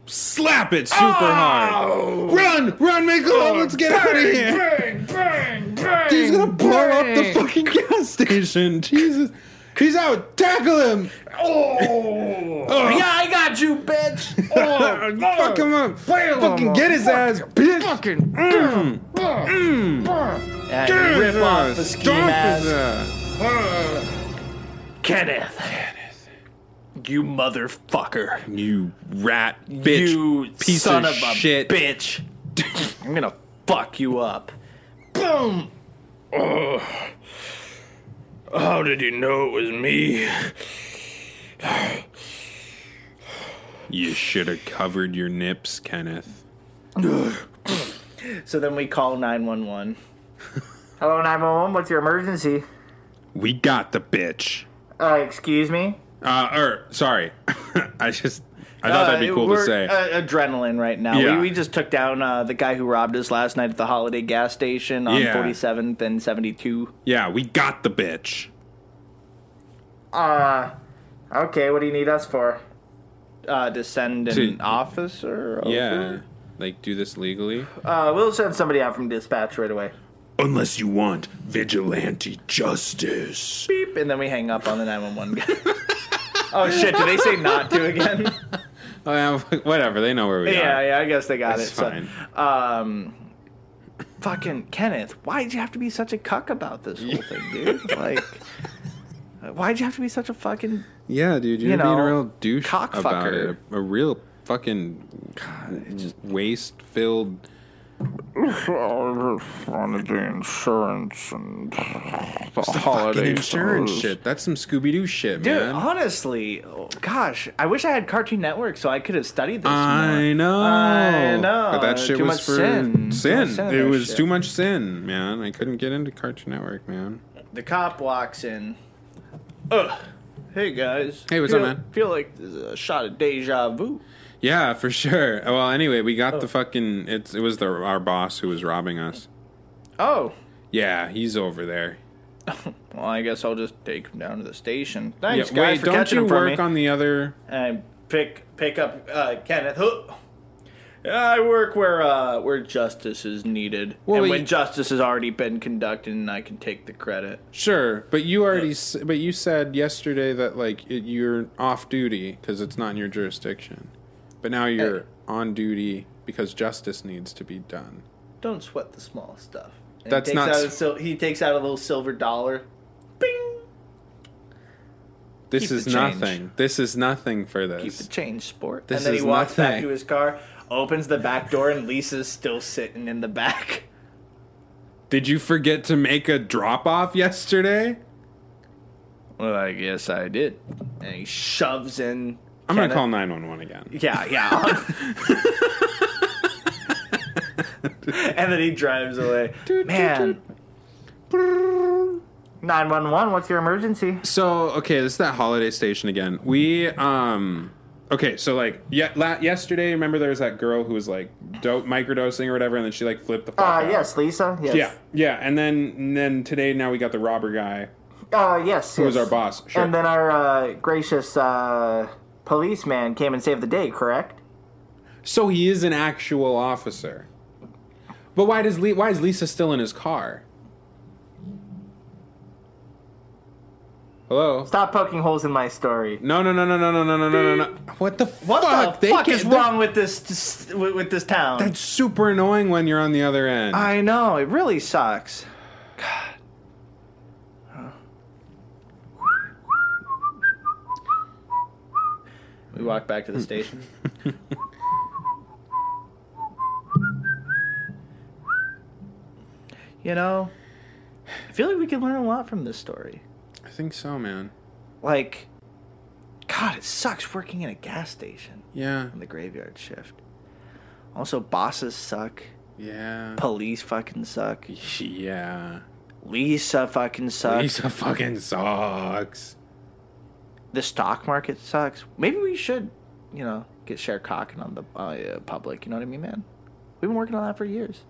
[SPEAKER 2] slap it super hard. Run! Run, Michael! let's get out of here!
[SPEAKER 4] Oh. Bang, bang, bang,
[SPEAKER 2] He's gonna blow up the fucking gas station! Jesus! He's out! Tackle him!
[SPEAKER 4] Oh. Yeah, I got you, bitch. Oh.
[SPEAKER 2] Fuck him up! Fucking get his ass, bitch! Fucking
[SPEAKER 4] and rip off the ski mask. Kenneth. You motherfucker.
[SPEAKER 2] You rat bitch!
[SPEAKER 4] you
[SPEAKER 2] piece
[SPEAKER 4] son
[SPEAKER 2] of
[SPEAKER 4] of, a
[SPEAKER 2] shit.
[SPEAKER 4] bitch. I'm gonna fuck you up. Boom. Ugh. How did you know it was me?
[SPEAKER 2] You should have covered your nips, Kenneth.
[SPEAKER 4] So then we call 911. Hello, 911. What's your emergency?
[SPEAKER 2] We got the bitch.
[SPEAKER 4] Uh, excuse me?
[SPEAKER 2] Uh, or sorry, I just I thought that'd be
[SPEAKER 4] Uh,
[SPEAKER 2] cool to
[SPEAKER 4] we're,
[SPEAKER 2] say.
[SPEAKER 4] Uh, adrenaline right now.
[SPEAKER 2] Yeah.
[SPEAKER 4] We, we just took down uh, the guy who robbed us last night at the holiday gas station on
[SPEAKER 2] Yeah.
[SPEAKER 4] 47th and 72.
[SPEAKER 2] yeah, we got the bitch.
[SPEAKER 4] Uh, okay, what do you need us for? Uh, to send an
[SPEAKER 2] To-
[SPEAKER 4] officer? Over?
[SPEAKER 2] Yeah, like do this legally.
[SPEAKER 4] Uh, we'll send somebody out from dispatch right away.
[SPEAKER 3] Unless you want vigilante justice.
[SPEAKER 4] Beep, and then we hang up on the 911 guy. oh shit, did they say not to again?
[SPEAKER 2] Oh, yeah, whatever. They know where we
[SPEAKER 4] yeah, uh,
[SPEAKER 2] are.
[SPEAKER 4] yeah, I guess they got
[SPEAKER 2] That's
[SPEAKER 4] it. so-
[SPEAKER 2] fine.
[SPEAKER 4] um fucking Kenneth, why'd you have to be such a cuck about this whole thing, dude? Like uh, why'd you have to be such a fucking
[SPEAKER 2] Yeah, dude, you're
[SPEAKER 4] You
[SPEAKER 2] being
[SPEAKER 4] know,
[SPEAKER 2] a real douche
[SPEAKER 4] cockfucker.
[SPEAKER 2] about it. A, a real fucking waste-filled.
[SPEAKER 5] insurance and the
[SPEAKER 2] Fucking
[SPEAKER 5] holiday
[SPEAKER 2] insurance
[SPEAKER 5] service.
[SPEAKER 2] shit. That's some Scooby Doo shit,
[SPEAKER 4] Dude,
[SPEAKER 2] man.
[SPEAKER 4] honestly, oh, gosh, I wish I had Cartoon Network so I could have studied this
[SPEAKER 2] I
[SPEAKER 4] more.
[SPEAKER 2] know.
[SPEAKER 4] I know.
[SPEAKER 2] But that shit
[SPEAKER 4] Too
[SPEAKER 2] was
[SPEAKER 4] much
[SPEAKER 2] for
[SPEAKER 4] sin.
[SPEAKER 2] sin.
[SPEAKER 4] Too much sin in
[SPEAKER 2] it
[SPEAKER 4] that
[SPEAKER 2] was
[SPEAKER 4] shit.
[SPEAKER 2] too much sin, man. I couldn't get into Cartoon Network, man.
[SPEAKER 4] The cop walks in. Ugh. Hey guys.
[SPEAKER 2] Hey, what's up,
[SPEAKER 4] feel,
[SPEAKER 2] man?
[SPEAKER 4] Feel like there's a shot of deja vu.
[SPEAKER 2] Yeah, for sure. Well, anyway, we got the fucking. It's it was the our boss who was robbing us.
[SPEAKER 4] Oh,
[SPEAKER 2] Yeah, he's over there.
[SPEAKER 4] well, I guess I'll just take him down to the station. Thanks,
[SPEAKER 2] yeah,
[SPEAKER 4] guys,
[SPEAKER 2] wait,
[SPEAKER 4] for
[SPEAKER 2] don't
[SPEAKER 4] catching
[SPEAKER 2] you
[SPEAKER 4] him for
[SPEAKER 2] work
[SPEAKER 4] me.
[SPEAKER 2] on the other?
[SPEAKER 4] and pick pick up uh, Kenneth. Huh. I work where uh, where justice is needed,
[SPEAKER 2] Well,
[SPEAKER 4] and
[SPEAKER 2] you-
[SPEAKER 4] when justice has already been conducted, and I can take the credit.
[SPEAKER 2] Sure, but you already. s- But you said yesterday that like it, you're off duty because it's not in your jurisdiction, but now you're on duty because justice needs to be done.
[SPEAKER 4] Don't sweat the small stuff. And
[SPEAKER 2] That's
[SPEAKER 4] he takes
[SPEAKER 2] not
[SPEAKER 4] Out
[SPEAKER 2] s-
[SPEAKER 4] a sil- he takes out a little silver dollar. Bing.
[SPEAKER 2] This
[SPEAKER 4] Keep
[SPEAKER 2] is
[SPEAKER 4] the change.
[SPEAKER 2] nothing. This is nothing for
[SPEAKER 4] Keep
[SPEAKER 2] this.
[SPEAKER 4] the change, sport.
[SPEAKER 2] This
[SPEAKER 4] and then he
[SPEAKER 2] is
[SPEAKER 4] walks back
[SPEAKER 2] nothing.
[SPEAKER 4] to his car, opens the back door, and Lisa's still sitting in the back.
[SPEAKER 2] Did you forget to make a drop off yesterday?
[SPEAKER 4] Well, I guess I did. And he shoves in.
[SPEAKER 2] I'm gonna
[SPEAKER 4] Kenneth.
[SPEAKER 2] call nine one one again.
[SPEAKER 4] Yeah, yeah. and then he drives away. Man. 911, what's your emergency?
[SPEAKER 2] So okay, this is that holiday station again. We um. Okay, so like yeah, la- yesterday, remember there was that girl who was like do- microdosing or whatever, and then she like flipped the. fuck
[SPEAKER 4] Ah,
[SPEAKER 5] Uh,
[SPEAKER 2] out.
[SPEAKER 5] yes, Lisa. Yes.
[SPEAKER 2] Yeah, yeah, and then and then today now we got the robber guy
[SPEAKER 5] Uh, yes.
[SPEAKER 2] who was
[SPEAKER 5] yes.
[SPEAKER 2] our boss. Sure.
[SPEAKER 5] And then our uh, gracious uh, policeman came and saved the day, correct?
[SPEAKER 2] so he is an actual officer. But why does Le- why is Lisa still in his car? Hello.
[SPEAKER 5] Stop poking holes in my story.
[SPEAKER 2] No no no no no no no no no no. no. What the
[SPEAKER 4] What
[SPEAKER 2] fuck?
[SPEAKER 4] the
[SPEAKER 2] They
[SPEAKER 4] fuck
[SPEAKER 2] can't-
[SPEAKER 4] is
[SPEAKER 2] they're-
[SPEAKER 4] wrong with this with, with this town?
[SPEAKER 2] That's super annoying when you're on the other end.
[SPEAKER 4] I know, it really sucks. God. We walk back to the station. you know, I feel like we could learn a lot from this story.
[SPEAKER 2] I think so, man.
[SPEAKER 4] Like, God, it sucks working in a gas station
[SPEAKER 2] Yeah.
[SPEAKER 4] on the graveyard shift. Also, bosses suck.
[SPEAKER 2] Yeah.
[SPEAKER 4] Police fucking suck.
[SPEAKER 2] Yeah.
[SPEAKER 4] Lisa fucking sucks.
[SPEAKER 2] Lisa fucking sucks.
[SPEAKER 4] The stock market sucks. Maybe we should, you know, get share cocking on the uh, uh, public. You know what I mean, man? We've been working on that for years.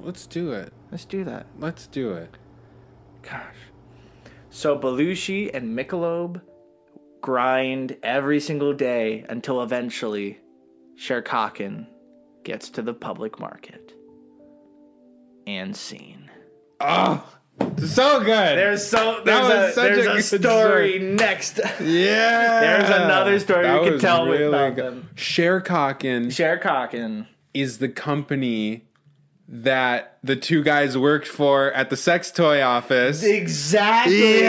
[SPEAKER 2] Let's do it.
[SPEAKER 4] Let's do that.
[SPEAKER 2] Let's do it.
[SPEAKER 4] Gosh. So Belushi and Michelob grind every single day until eventually Sher Cochin gets to the public market and seen.
[SPEAKER 2] Oh, so good.
[SPEAKER 4] There's so
[SPEAKER 2] That
[SPEAKER 4] there's
[SPEAKER 2] was
[SPEAKER 4] a,
[SPEAKER 2] such
[SPEAKER 4] there's
[SPEAKER 2] a
[SPEAKER 4] a,
[SPEAKER 2] good
[SPEAKER 4] story next.
[SPEAKER 2] Yeah.
[SPEAKER 4] There's another story
[SPEAKER 2] That
[SPEAKER 4] you can
[SPEAKER 2] was
[SPEAKER 4] tell with about
[SPEAKER 2] good.
[SPEAKER 4] them.
[SPEAKER 2] Sharecockin
[SPEAKER 4] Sher Cochin.
[SPEAKER 2] is the company that the two guys worked for at the sex toy office.
[SPEAKER 4] Exactly.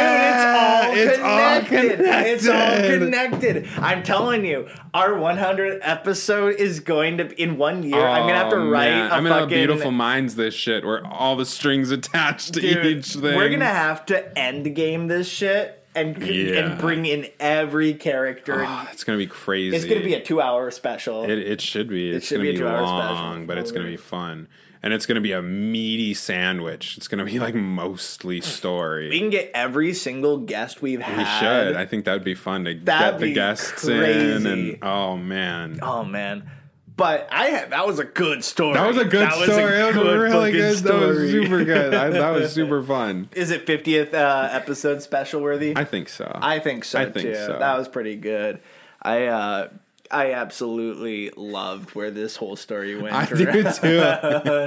[SPEAKER 2] Yeah.
[SPEAKER 4] Dude, it's
[SPEAKER 2] It's all
[SPEAKER 4] all connected. It's all
[SPEAKER 2] connected.
[SPEAKER 4] connected. I'm telling you, our 100th episode is going to in one year. I'm gonna have to
[SPEAKER 2] Oh,
[SPEAKER 4] write.
[SPEAKER 2] man.
[SPEAKER 4] a
[SPEAKER 2] I'm gonna have
[SPEAKER 4] fucking-
[SPEAKER 2] beautiful minds. This shit where all the strings attached to
[SPEAKER 4] Dude,
[SPEAKER 2] each thing.
[SPEAKER 4] We're gonna have to end game this shit and
[SPEAKER 2] Yeah.
[SPEAKER 4] and bring in every character.
[SPEAKER 2] Oh, it's gonna be crazy.
[SPEAKER 4] it's gonna be a two hour special.
[SPEAKER 2] It, it should be. It's
[SPEAKER 4] should
[SPEAKER 2] going
[SPEAKER 4] be
[SPEAKER 2] to
[SPEAKER 4] a
[SPEAKER 2] be,
[SPEAKER 4] two-hour special.
[SPEAKER 2] long, but it's going to be fun. And it's going to be a meaty sandwich. It's going to be like mostly
[SPEAKER 4] we
[SPEAKER 2] story.
[SPEAKER 4] can get every single guest we've
[SPEAKER 2] We
[SPEAKER 4] had.
[SPEAKER 2] should. I think that would be fun to
[SPEAKER 4] That'd
[SPEAKER 2] get the
[SPEAKER 4] be
[SPEAKER 2] guests in.
[SPEAKER 4] crazy.
[SPEAKER 2] And oh man,
[SPEAKER 4] Oh man. But I had, that was a good story.
[SPEAKER 2] that was a good story. That was
[SPEAKER 4] good
[SPEAKER 2] really
[SPEAKER 4] fucking
[SPEAKER 2] good. That was
[SPEAKER 4] story.
[SPEAKER 2] super good. I, that was super fun.
[SPEAKER 4] Is it 50th uh, episode special worthy?
[SPEAKER 2] I think so.
[SPEAKER 4] I think so
[SPEAKER 2] I think
[SPEAKER 4] too.
[SPEAKER 2] so.
[SPEAKER 4] That was pretty good. I uh I absolutely loved where this whole story went.
[SPEAKER 2] I do too.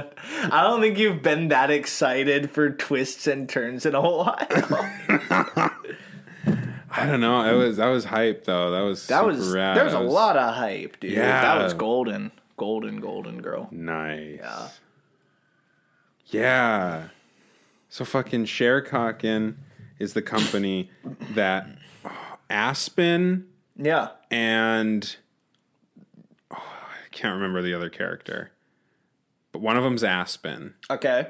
[SPEAKER 4] I don't think you've been that excited for twists and turns in a while.
[SPEAKER 2] I don't know. I was I was hyped though. That was
[SPEAKER 4] That
[SPEAKER 2] super
[SPEAKER 4] was
[SPEAKER 2] rad.
[SPEAKER 4] there was a
[SPEAKER 2] I
[SPEAKER 4] lot of hype, dude.
[SPEAKER 2] Yeah.
[SPEAKER 4] That was golden, golden, golden girl.
[SPEAKER 2] Nice. Yeah. Yeah. So fucking Sharecocken is the company that Aspen
[SPEAKER 4] Yeah,
[SPEAKER 2] and oh, I can't remember the other character, but one of them's Aspen.
[SPEAKER 4] okay.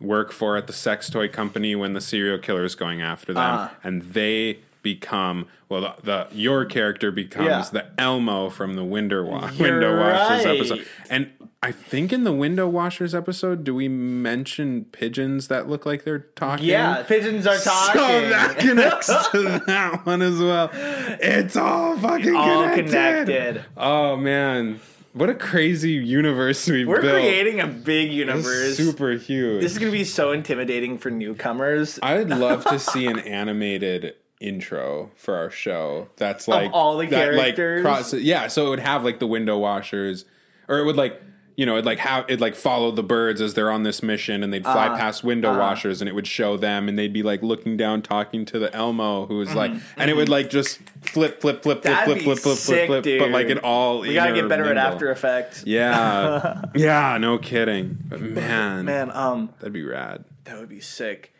[SPEAKER 2] Work for at the sex toy company when the serial killer is going after them,
[SPEAKER 4] Ah.
[SPEAKER 2] and they become well the, the your character becomes
[SPEAKER 4] Yeah.
[SPEAKER 2] the Elmo from the window wa-
[SPEAKER 4] You're
[SPEAKER 2] window washers
[SPEAKER 4] right.
[SPEAKER 2] episode. And I think in the window washers episode, do we mention pigeons that look like they're talking?
[SPEAKER 4] Yeah, pigeons are talking.
[SPEAKER 2] So that connects to that one as well. It's all fucking
[SPEAKER 4] All
[SPEAKER 2] connected.
[SPEAKER 4] connected.
[SPEAKER 2] Oh man, what a crazy universe we
[SPEAKER 4] We're
[SPEAKER 2] built!
[SPEAKER 4] creating a big
[SPEAKER 2] This is
[SPEAKER 4] universe.
[SPEAKER 2] super huge.
[SPEAKER 4] This is gonna be so intimidating for newcomers.
[SPEAKER 2] I would love to see an animated intro for our show. That's like
[SPEAKER 4] all the
[SPEAKER 2] that, like,
[SPEAKER 4] characters?
[SPEAKER 2] cross- yeah, so it would have like the window washers, or it would like you know it would like have it like follow the birds as they're on this mission, and they'd fly
[SPEAKER 4] Uh,
[SPEAKER 2] past window washers, and it would show them, and they'd be like looking down, talking to the Elmo, who was like, and it would like just flip, flip, flip, flip,
[SPEAKER 4] Mm-hmm, That'd
[SPEAKER 2] flip,
[SPEAKER 4] be
[SPEAKER 2] flip, flip,
[SPEAKER 4] sick,
[SPEAKER 2] flip, flip, but like
[SPEAKER 4] dude.
[SPEAKER 2] it all.
[SPEAKER 4] we gotta get better at After Effects.
[SPEAKER 2] Yeah, yeah, no kidding. But man,
[SPEAKER 4] Man, um,
[SPEAKER 2] that'd be rad.
[SPEAKER 4] That would be sick.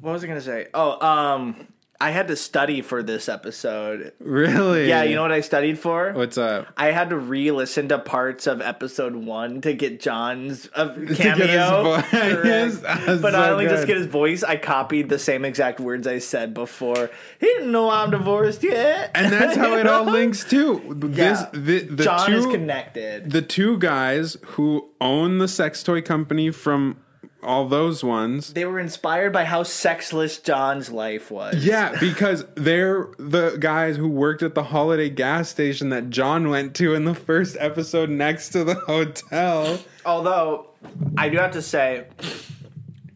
[SPEAKER 4] What was I gonna say? Oh, um, I had to study for this episode.
[SPEAKER 2] Really?
[SPEAKER 4] Yeah, you know what I studied for?
[SPEAKER 2] What's up?
[SPEAKER 4] I had to re-listen to parts of episode one to get John's of cameo.
[SPEAKER 2] get his voice.
[SPEAKER 4] Correct.
[SPEAKER 2] Yes, that's
[SPEAKER 4] but I
[SPEAKER 2] so
[SPEAKER 4] only just
[SPEAKER 2] good.
[SPEAKER 4] get his voice. I copied the same exact words I said before. He didn't know I'm divorced yet.
[SPEAKER 2] and that's how it all links too. This
[SPEAKER 4] Yeah.
[SPEAKER 2] the, the
[SPEAKER 4] John
[SPEAKER 2] two
[SPEAKER 4] is connected.
[SPEAKER 2] the two guys who own the sex toy company from all those ones.
[SPEAKER 4] they were inspired by how sexless John's life was.
[SPEAKER 2] Yeah, because they're the guys who worked at the holiday gas station that John went to in the first episode next to the hotel.
[SPEAKER 4] Although, I do have to say,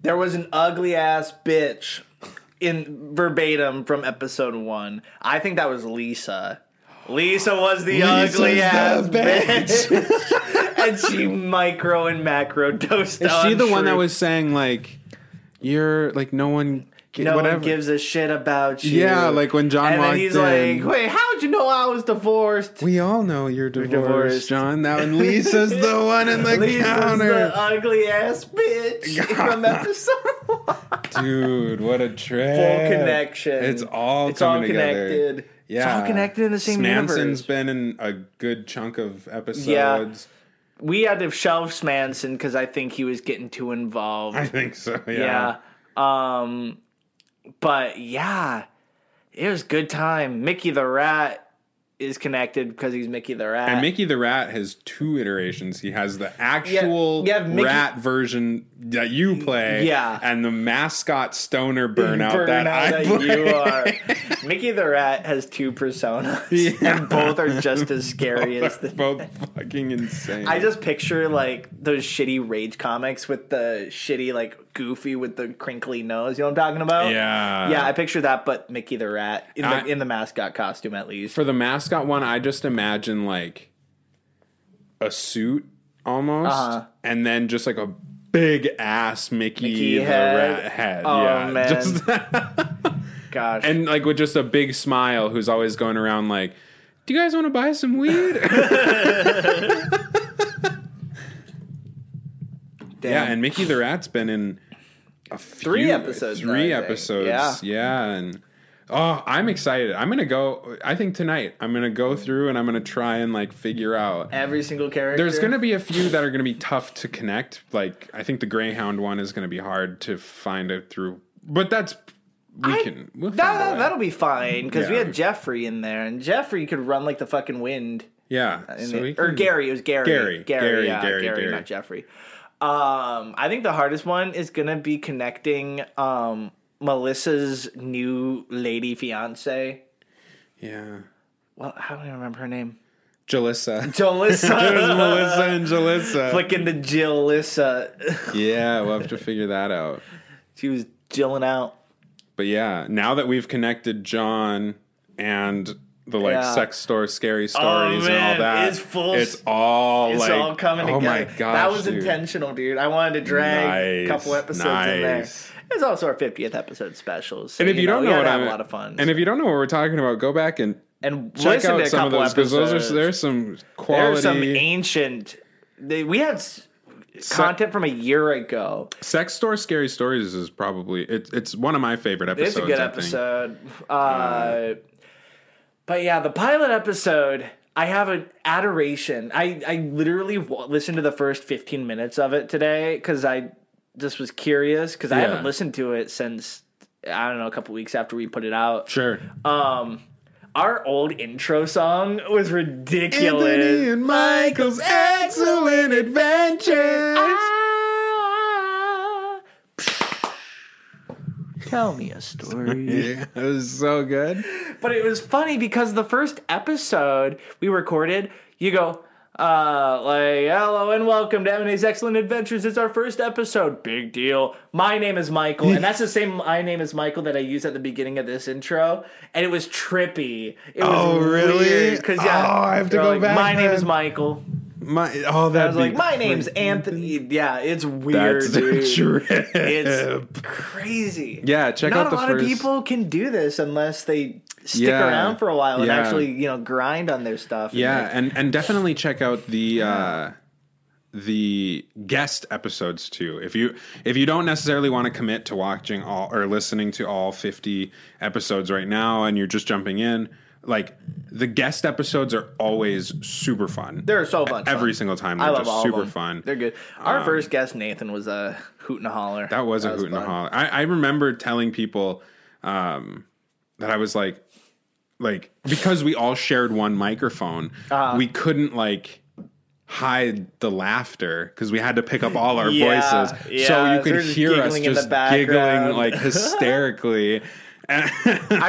[SPEAKER 4] there was an ugly ass bitch in verbatim from episode one. I think that was Lisa. Lisa was the ugly ass
[SPEAKER 2] Lisa's the
[SPEAKER 4] bitch. and she micro and macro dosed
[SPEAKER 2] Is she the one that was saying like you're like no one gi-
[SPEAKER 4] no
[SPEAKER 2] whatever
[SPEAKER 4] one gives a shit about you.
[SPEAKER 2] Yeah, like when John
[SPEAKER 4] and then
[SPEAKER 2] walked
[SPEAKER 4] he's
[SPEAKER 2] in.
[SPEAKER 4] like, "Wait, how'd you know I was divorced?"
[SPEAKER 2] we all know you're divorced,
[SPEAKER 4] divorced.
[SPEAKER 2] John. Now and Lisa's the one in the
[SPEAKER 4] Lisa's
[SPEAKER 2] counter.
[SPEAKER 4] the ugly ass bitch from episode one.
[SPEAKER 2] Dude, what a trip!
[SPEAKER 4] full connection.
[SPEAKER 2] It's all
[SPEAKER 4] it's all
[SPEAKER 2] coming together.
[SPEAKER 4] connected.
[SPEAKER 2] Yeah,
[SPEAKER 4] It's all connected in the same
[SPEAKER 2] Smanson's
[SPEAKER 4] universe.
[SPEAKER 2] been in a good chunk of episodes.
[SPEAKER 4] we had to shelve Smanson because I think he was getting too involved.
[SPEAKER 2] I think so. Yeah.
[SPEAKER 4] yeah. Um, but yeah, it was good time. Mickey the Rat is connected because he's Mickey the Rat.
[SPEAKER 2] And Mickey the Rat has two iterations. He has the actual
[SPEAKER 4] you have Mickey-
[SPEAKER 2] rat version that you play,
[SPEAKER 4] Yeah.
[SPEAKER 2] and the mascot stoner burnout, that I
[SPEAKER 4] Burnout
[SPEAKER 2] play.
[SPEAKER 4] that you are. Mickey the Rat has two personas, and both are just as scary as the
[SPEAKER 2] Both fucking insane.
[SPEAKER 4] I just picture like those shitty rage comics with the shitty like goofy with the crinkly nose. You know what I'm talking about?
[SPEAKER 2] Yeah.
[SPEAKER 4] Yeah, I picture that, but Mickey the Rat in the
[SPEAKER 2] I-
[SPEAKER 4] in the mascot costume at least.
[SPEAKER 2] for the mascot one, I just imagine like a suit almost,
[SPEAKER 4] Uh-huh.
[SPEAKER 2] and then just like a big ass Mickey,
[SPEAKER 4] Mickey
[SPEAKER 2] the
[SPEAKER 4] head.
[SPEAKER 2] rat head.
[SPEAKER 4] Oh,
[SPEAKER 2] yeah,
[SPEAKER 4] man.
[SPEAKER 2] Just-
[SPEAKER 4] Gosh.
[SPEAKER 2] and like with just a big smile, who's always going around like, "Do you guys want to buy some weed?"
[SPEAKER 4] Damn.
[SPEAKER 2] yeah, and Mickey the rat's been in a few-
[SPEAKER 4] Three episodes,
[SPEAKER 2] three
[SPEAKER 4] I think.
[SPEAKER 2] episodes,
[SPEAKER 4] Yeah.
[SPEAKER 2] yeah, and. Oh, I'm excited. I'm gonna go. I think tonight I'm gonna go through and I'm gonna try and like figure out
[SPEAKER 4] every single character.
[SPEAKER 2] There's going to be a few that are going to be tough to connect. Like I think the Greyhound one is going to be hard to find out through, but that's we
[SPEAKER 4] I-
[SPEAKER 2] can. We'll
[SPEAKER 4] that,
[SPEAKER 2] find a way.
[SPEAKER 4] that'll be fine because we
[SPEAKER 2] Yeah.
[SPEAKER 4] had Jeffrey in there, and Jeffrey could run like the fucking wind.
[SPEAKER 2] yeah.
[SPEAKER 4] in
[SPEAKER 2] So
[SPEAKER 4] it.
[SPEAKER 2] we
[SPEAKER 4] or
[SPEAKER 2] can-
[SPEAKER 4] Gary. It was Gary.
[SPEAKER 2] Gary, Gary,
[SPEAKER 4] yeah,
[SPEAKER 2] Gary, Gary.
[SPEAKER 4] not Jeffrey. Um, I think the hardest one is gonna be connecting um Melissa's new lady fiance.
[SPEAKER 2] Yeah,
[SPEAKER 4] Well, how do I remember her name?
[SPEAKER 2] Jalissa. There's
[SPEAKER 4] Jalissa.
[SPEAKER 2] Melissa and Jalissa.
[SPEAKER 4] Flicking the Jillissa.
[SPEAKER 2] yeah, we'll have to figure that out.
[SPEAKER 4] She was jilling out.
[SPEAKER 2] But yeah, now that we've connected John and the like
[SPEAKER 4] Yeah. Oh,
[SPEAKER 2] sex store scary stories and all
[SPEAKER 4] man,
[SPEAKER 2] that.
[SPEAKER 4] it's full-
[SPEAKER 2] It's all
[SPEAKER 4] It's
[SPEAKER 2] like
[SPEAKER 4] all coming
[SPEAKER 2] oh my
[SPEAKER 4] together.
[SPEAKER 2] gosh,
[SPEAKER 4] that was
[SPEAKER 2] dude.
[SPEAKER 4] intentional, dude. I wanted to
[SPEAKER 2] Nice,
[SPEAKER 4] drag a couple episodes in there.
[SPEAKER 2] nice.
[SPEAKER 4] It's also our 50th episode special. So,
[SPEAKER 2] And if you, don't
[SPEAKER 4] we
[SPEAKER 2] know
[SPEAKER 4] gotta
[SPEAKER 2] what
[SPEAKER 4] have
[SPEAKER 2] I'm,
[SPEAKER 4] a lot of fun.
[SPEAKER 2] and if you don't know what we're talking about, go back and
[SPEAKER 4] and
[SPEAKER 2] check
[SPEAKER 4] listen
[SPEAKER 2] out
[SPEAKER 4] to a
[SPEAKER 2] some of
[SPEAKER 4] couple
[SPEAKER 2] those because
[SPEAKER 4] episodes.
[SPEAKER 2] those are there's some
[SPEAKER 4] There are
[SPEAKER 2] quality
[SPEAKER 4] some ancient. They, we had s- content from a year ago.
[SPEAKER 2] sex store scary stories is probably it's it's one of my favorite episodes.
[SPEAKER 4] It's a good
[SPEAKER 2] I think.
[SPEAKER 4] episode. Uh, but yeah, the pilot episode, I have an adoration. I, I literally w- listened to the first 15 minutes of it today because I just was curious because I
[SPEAKER 2] Yeah.
[SPEAKER 4] haven't listened to it since, I don't know, a couple weeks after we put it out.
[SPEAKER 2] Sure.
[SPEAKER 4] Um, our old intro song was ridiculous.
[SPEAKER 2] Anthony and Michael's excellent adventures.
[SPEAKER 4] Ah. Tell me a story.
[SPEAKER 2] Yeah, it was so good.
[SPEAKER 4] But it was funny because the first episode we recorded, you go, uh, like, hello and welcome to M&A's Excellent Adventures. It's our first episode. Big deal. My name is Michael. And that's the same my name is Michael that I used at the beginning of this intro. And it was trippy. It was
[SPEAKER 2] Oh, really?
[SPEAKER 4] Because, yeah.
[SPEAKER 2] Oh, I have to
[SPEAKER 4] they're
[SPEAKER 2] go
[SPEAKER 4] like,
[SPEAKER 2] back
[SPEAKER 4] My name
[SPEAKER 2] then."
[SPEAKER 4] is Michael.
[SPEAKER 2] My oh, that
[SPEAKER 4] I was like, my name's Anthony. Yeah, it's weird,
[SPEAKER 2] That's
[SPEAKER 4] dude.
[SPEAKER 2] a trip.
[SPEAKER 4] It's crazy.
[SPEAKER 2] Yeah, check
[SPEAKER 4] Not
[SPEAKER 2] out the
[SPEAKER 4] a lot
[SPEAKER 2] first-
[SPEAKER 4] of people can do this unless they stick
[SPEAKER 2] Yeah.
[SPEAKER 4] around for a while and
[SPEAKER 2] Yeah.
[SPEAKER 4] actually, you know, grind on their stuff. and
[SPEAKER 2] Yeah,
[SPEAKER 4] like-
[SPEAKER 2] and and definitely check out the uh the guest episodes too. If you if you don't necessarily want to commit to watching all or listening to all 50 episodes right now and you're just jumping in, like the guest episodes are always super fun.
[SPEAKER 4] they're so much fun.
[SPEAKER 2] every single time. They're
[SPEAKER 4] I love
[SPEAKER 2] just
[SPEAKER 4] all of
[SPEAKER 2] super
[SPEAKER 4] them.
[SPEAKER 2] fun.
[SPEAKER 4] They're good. Our first guest, Nathan, was a hoot and a holler.
[SPEAKER 2] That was a hoot and a
[SPEAKER 4] fun.
[SPEAKER 2] holler. I, I remember telling people um, that I was like, like because we all shared one microphone,
[SPEAKER 4] Uh-huh.
[SPEAKER 2] we couldn't like hide the laughter because we had to pick up all our
[SPEAKER 4] Yeah,
[SPEAKER 2] voices, so
[SPEAKER 4] yeah,
[SPEAKER 2] you could
[SPEAKER 4] they're just
[SPEAKER 2] hear us
[SPEAKER 4] giggling in the
[SPEAKER 2] just giggling
[SPEAKER 4] background.
[SPEAKER 2] like hysterically.
[SPEAKER 4] I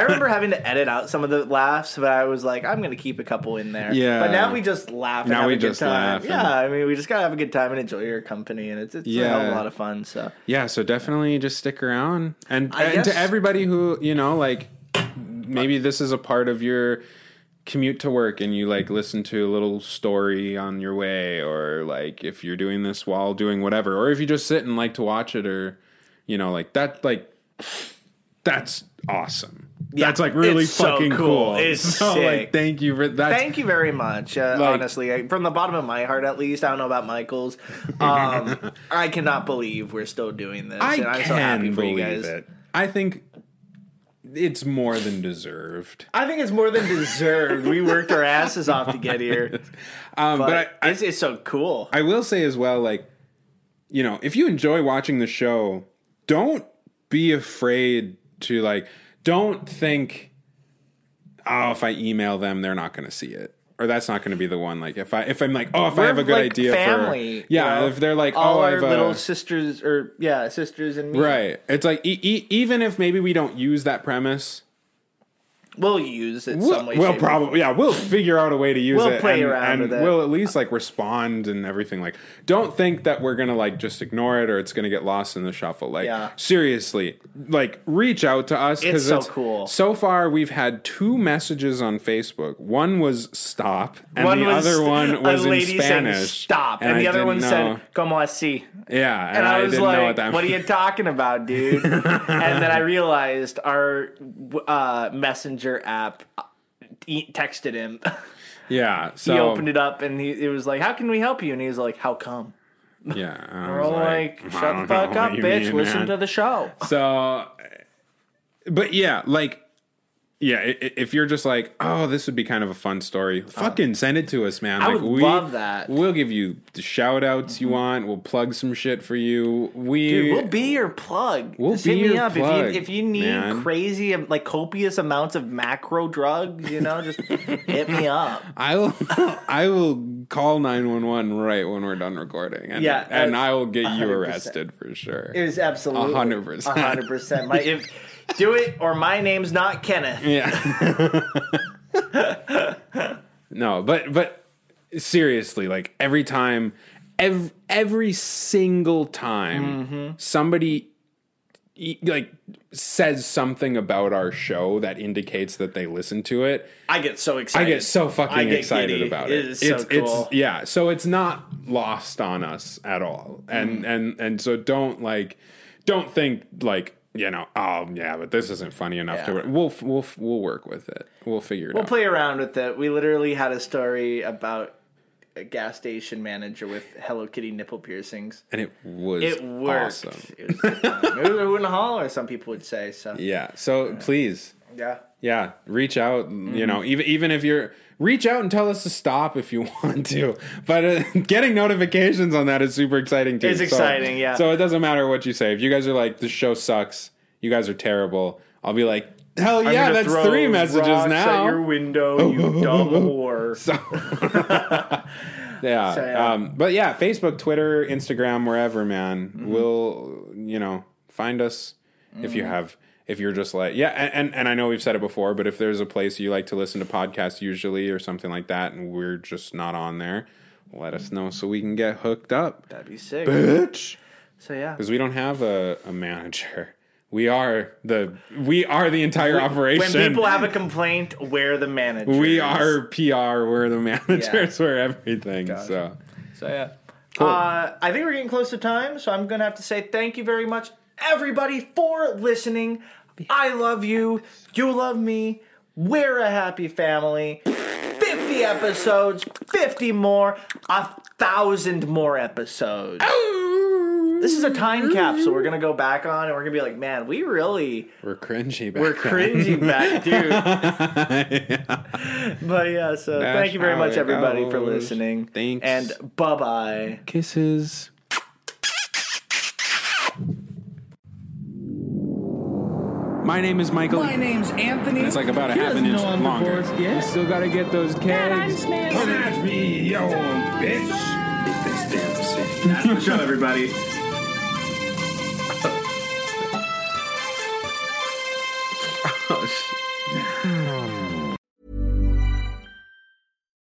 [SPEAKER 4] remember having to edit out some of the laughs, but I was like, I'm going to keep a couple in there.
[SPEAKER 2] Yeah.
[SPEAKER 4] But now we just laugh. And
[SPEAKER 2] Now
[SPEAKER 4] have
[SPEAKER 2] we
[SPEAKER 4] a good
[SPEAKER 2] just
[SPEAKER 4] time.
[SPEAKER 2] laugh and-
[SPEAKER 4] Yeah, I mean, we just got to have a good time and enjoy your company, and it's it's a, hell of
[SPEAKER 2] Yeah.
[SPEAKER 4] a lot of fun. So
[SPEAKER 2] Yeah, so definitely just stick around. And,
[SPEAKER 4] I
[SPEAKER 2] and
[SPEAKER 4] guess-
[SPEAKER 2] to everybody who, you know, like maybe this is a part of your commute to work and you like listen to a little story on your way or like if you're doing this while doing whatever or if you just sit and like to watch it or you know like that like that's awesome. that's like really
[SPEAKER 4] it's so
[SPEAKER 2] fucking cool.
[SPEAKER 4] cool. It's
[SPEAKER 2] so like
[SPEAKER 4] sick.
[SPEAKER 2] thank you for that.
[SPEAKER 4] Thank you very much. Uh,
[SPEAKER 2] Like-
[SPEAKER 4] honestly, I, from the bottom of my heart, at least, I don't know about Michael's. Um, I cannot believe we're still doing this.
[SPEAKER 2] I
[SPEAKER 4] and I'm
[SPEAKER 2] can
[SPEAKER 4] so happy for you
[SPEAKER 2] believe
[SPEAKER 4] guys.
[SPEAKER 2] it. I think it's more than deserved.
[SPEAKER 4] I think it's more than deserved. we worked our asses off to get here,
[SPEAKER 2] Um, but, I,
[SPEAKER 4] but it's, it's so cool.
[SPEAKER 2] I will say as well, like, you know, if you enjoy watching the show, don't be afraid to like, don't think, oh, if I email them, they're not going to see it. Or that's not going to be the one. Like if I if I'm like oh if I
[SPEAKER 4] We're
[SPEAKER 2] have a good
[SPEAKER 4] like
[SPEAKER 2] idea
[SPEAKER 4] family,
[SPEAKER 2] for yeah
[SPEAKER 4] you know?
[SPEAKER 2] if they're like
[SPEAKER 4] All
[SPEAKER 2] oh I
[SPEAKER 4] our
[SPEAKER 2] have a
[SPEAKER 4] little sisters, or yeah, sisters and me.
[SPEAKER 2] right it's like e- e- even if maybe we don't use that premise
[SPEAKER 4] We'll use it
[SPEAKER 2] we'll,
[SPEAKER 4] some way.
[SPEAKER 2] we'll
[SPEAKER 4] shape, or
[SPEAKER 2] probably yeah we'll figure out a way to use
[SPEAKER 4] We'll
[SPEAKER 2] it
[SPEAKER 4] play
[SPEAKER 2] and,
[SPEAKER 4] around
[SPEAKER 2] and
[SPEAKER 4] with it.
[SPEAKER 2] we'll at least like respond and everything like don't think that we're gonna like just ignore it or it's gonna get lost in the shuffle like
[SPEAKER 4] Yeah.
[SPEAKER 2] seriously like reach out to us
[SPEAKER 4] It's
[SPEAKER 2] 'cause
[SPEAKER 4] so cool.
[SPEAKER 2] so far we've had two messages on facebook one was stop and
[SPEAKER 4] One
[SPEAKER 2] the
[SPEAKER 4] was
[SPEAKER 2] other one was
[SPEAKER 4] a lady
[SPEAKER 2] in spanish
[SPEAKER 4] saying stop, and,
[SPEAKER 2] I
[SPEAKER 4] the other one
[SPEAKER 2] didn't know.
[SPEAKER 4] said "como así,"
[SPEAKER 2] yeah and,
[SPEAKER 4] and I, was
[SPEAKER 2] didn't know what
[SPEAKER 4] like,
[SPEAKER 2] that
[SPEAKER 4] what, are you talking about, dude?" and then I realized our uh, messenger app uh, e- texted him.
[SPEAKER 2] yeah so
[SPEAKER 4] he opened it up, and he it was like, "How can we help you?" And he was like, "How come?"
[SPEAKER 2] yeah I
[SPEAKER 4] We're
[SPEAKER 2] was
[SPEAKER 4] all like,
[SPEAKER 2] I
[SPEAKER 4] "Shut the
[SPEAKER 2] don't
[SPEAKER 4] fuck
[SPEAKER 2] know
[SPEAKER 4] up,
[SPEAKER 2] what you
[SPEAKER 4] bitch!
[SPEAKER 2] mean,
[SPEAKER 4] Listen
[SPEAKER 2] man."
[SPEAKER 4] to the show."
[SPEAKER 2] So, but yeah, like, yeah, i- i- if you're just like, oh, this would be kind of a fun story, fucking send it to us, man.
[SPEAKER 4] Oh. I
[SPEAKER 2] like,
[SPEAKER 4] would love that. Mm-hmm.
[SPEAKER 2] We'll give you the shout outs you want. We'll plug some shit for you. We,
[SPEAKER 4] Dude, we'll be your plug.
[SPEAKER 2] We'll
[SPEAKER 4] Just
[SPEAKER 2] be
[SPEAKER 4] hit me
[SPEAKER 2] your
[SPEAKER 4] up
[SPEAKER 2] plug,
[SPEAKER 4] if you if you need
[SPEAKER 2] man.
[SPEAKER 4] crazy um, like copious amounts of macro drugs, you know, just hit me up.
[SPEAKER 2] I will, I will call 911 right when we're done recording. And,
[SPEAKER 4] Yeah,
[SPEAKER 2] And
[SPEAKER 4] uh,
[SPEAKER 2] I will get you
[SPEAKER 4] 100%.
[SPEAKER 2] arrested for sure.
[SPEAKER 4] It was absolutely
[SPEAKER 2] A hundred percent.
[SPEAKER 4] a hundred percent. My if do it or my name's not Kenneth.
[SPEAKER 2] Yeah. no, but but seriously, like every
[SPEAKER 4] Mm-hmm.
[SPEAKER 2] time, every every single time somebody e- like says something about our show that indicates that they listen to it,
[SPEAKER 4] I get so
[SPEAKER 2] I
[SPEAKER 4] excited.
[SPEAKER 2] get so
[SPEAKER 4] I
[SPEAKER 2] fucking
[SPEAKER 4] get
[SPEAKER 2] excited
[SPEAKER 4] giddy.
[SPEAKER 2] about
[SPEAKER 4] It
[SPEAKER 2] it.
[SPEAKER 4] is so cool.
[SPEAKER 2] it's yeah, so it's not lost on us at all.
[SPEAKER 4] Mm.
[SPEAKER 2] And and and so don't like don't think like you know, oh yeah, but this isn't funny enough to
[SPEAKER 4] Yeah.
[SPEAKER 2] work. We'll f- we'll f- we'll work with it. We'll figure it
[SPEAKER 4] We'll
[SPEAKER 2] out.
[SPEAKER 4] play around with it. We literally had a story about a gas station manager with Hello Kitty nipple piercings.
[SPEAKER 2] and it was
[SPEAKER 4] It worked.
[SPEAKER 2] awesome.
[SPEAKER 4] It was good time. Maybe it wouldn't holler, some people would say. So
[SPEAKER 2] Yeah. So please,
[SPEAKER 4] yeah.
[SPEAKER 2] yeah, reach out.
[SPEAKER 4] Mm-hmm.
[SPEAKER 2] You know, even even if you're reach out and tell us to stop if you want to. But uh, getting notifications on that is super exciting too.
[SPEAKER 4] It's
[SPEAKER 2] So-
[SPEAKER 4] exciting, yeah.
[SPEAKER 2] So it doesn't matter what you say. If you guys are like, this show sucks. You guys are terrible. I'll be like, hell
[SPEAKER 4] I'm
[SPEAKER 2] yeah,
[SPEAKER 4] gonna
[SPEAKER 2] that's
[SPEAKER 4] throw
[SPEAKER 2] three messages
[SPEAKER 4] rocks
[SPEAKER 2] now.
[SPEAKER 4] At your window, you dumb whore.
[SPEAKER 2] yeah.
[SPEAKER 4] So, yeah.
[SPEAKER 2] Um, but yeah, Facebook, Twitter, Instagram, wherever, man.
[SPEAKER 4] Mm-hmm.
[SPEAKER 2] We'll you know find us if you have if you're just like yeah, and, and and I know we've said it before, but if there's a place you like to listen to podcasts usually or something like that, and we're just not on there, let us know so we can get hooked up,
[SPEAKER 4] That'd be sick.
[SPEAKER 2] bitch.
[SPEAKER 4] So yeah.
[SPEAKER 2] Because we don't have a, a manager. We are the we are the entire
[SPEAKER 4] When
[SPEAKER 2] operation.
[SPEAKER 4] people have a complaint, we're the manager.
[SPEAKER 2] we are PR. We're the managers. We're everything. So.
[SPEAKER 4] So yeah. Uh, I think we're getting close to time, so I'm gonna have to say thank you very much, everybody, for listening. I love you. You love me. We're a happy family. 50 episodes, 50 more, a thousand more episodes. This is a time capsule we're gonna go back on and we're gonna be like, man, we really
[SPEAKER 2] We're cringy. Back
[SPEAKER 4] we're
[SPEAKER 2] then.
[SPEAKER 4] cringing back, dude. But yeah, so thank you very
[SPEAKER 2] how
[SPEAKER 4] much
[SPEAKER 2] it
[SPEAKER 4] everybody for
[SPEAKER 2] goes.
[SPEAKER 4] listening.
[SPEAKER 2] Thanks.
[SPEAKER 4] And bye bye.
[SPEAKER 2] Kisses. My name is Michael.
[SPEAKER 6] My name's Anthony.
[SPEAKER 2] it's like about a half an inch longer. You still gotta get those kegs.
[SPEAKER 3] Come at me, yo, bitch. If it's damn safe.
[SPEAKER 4] Show everybody.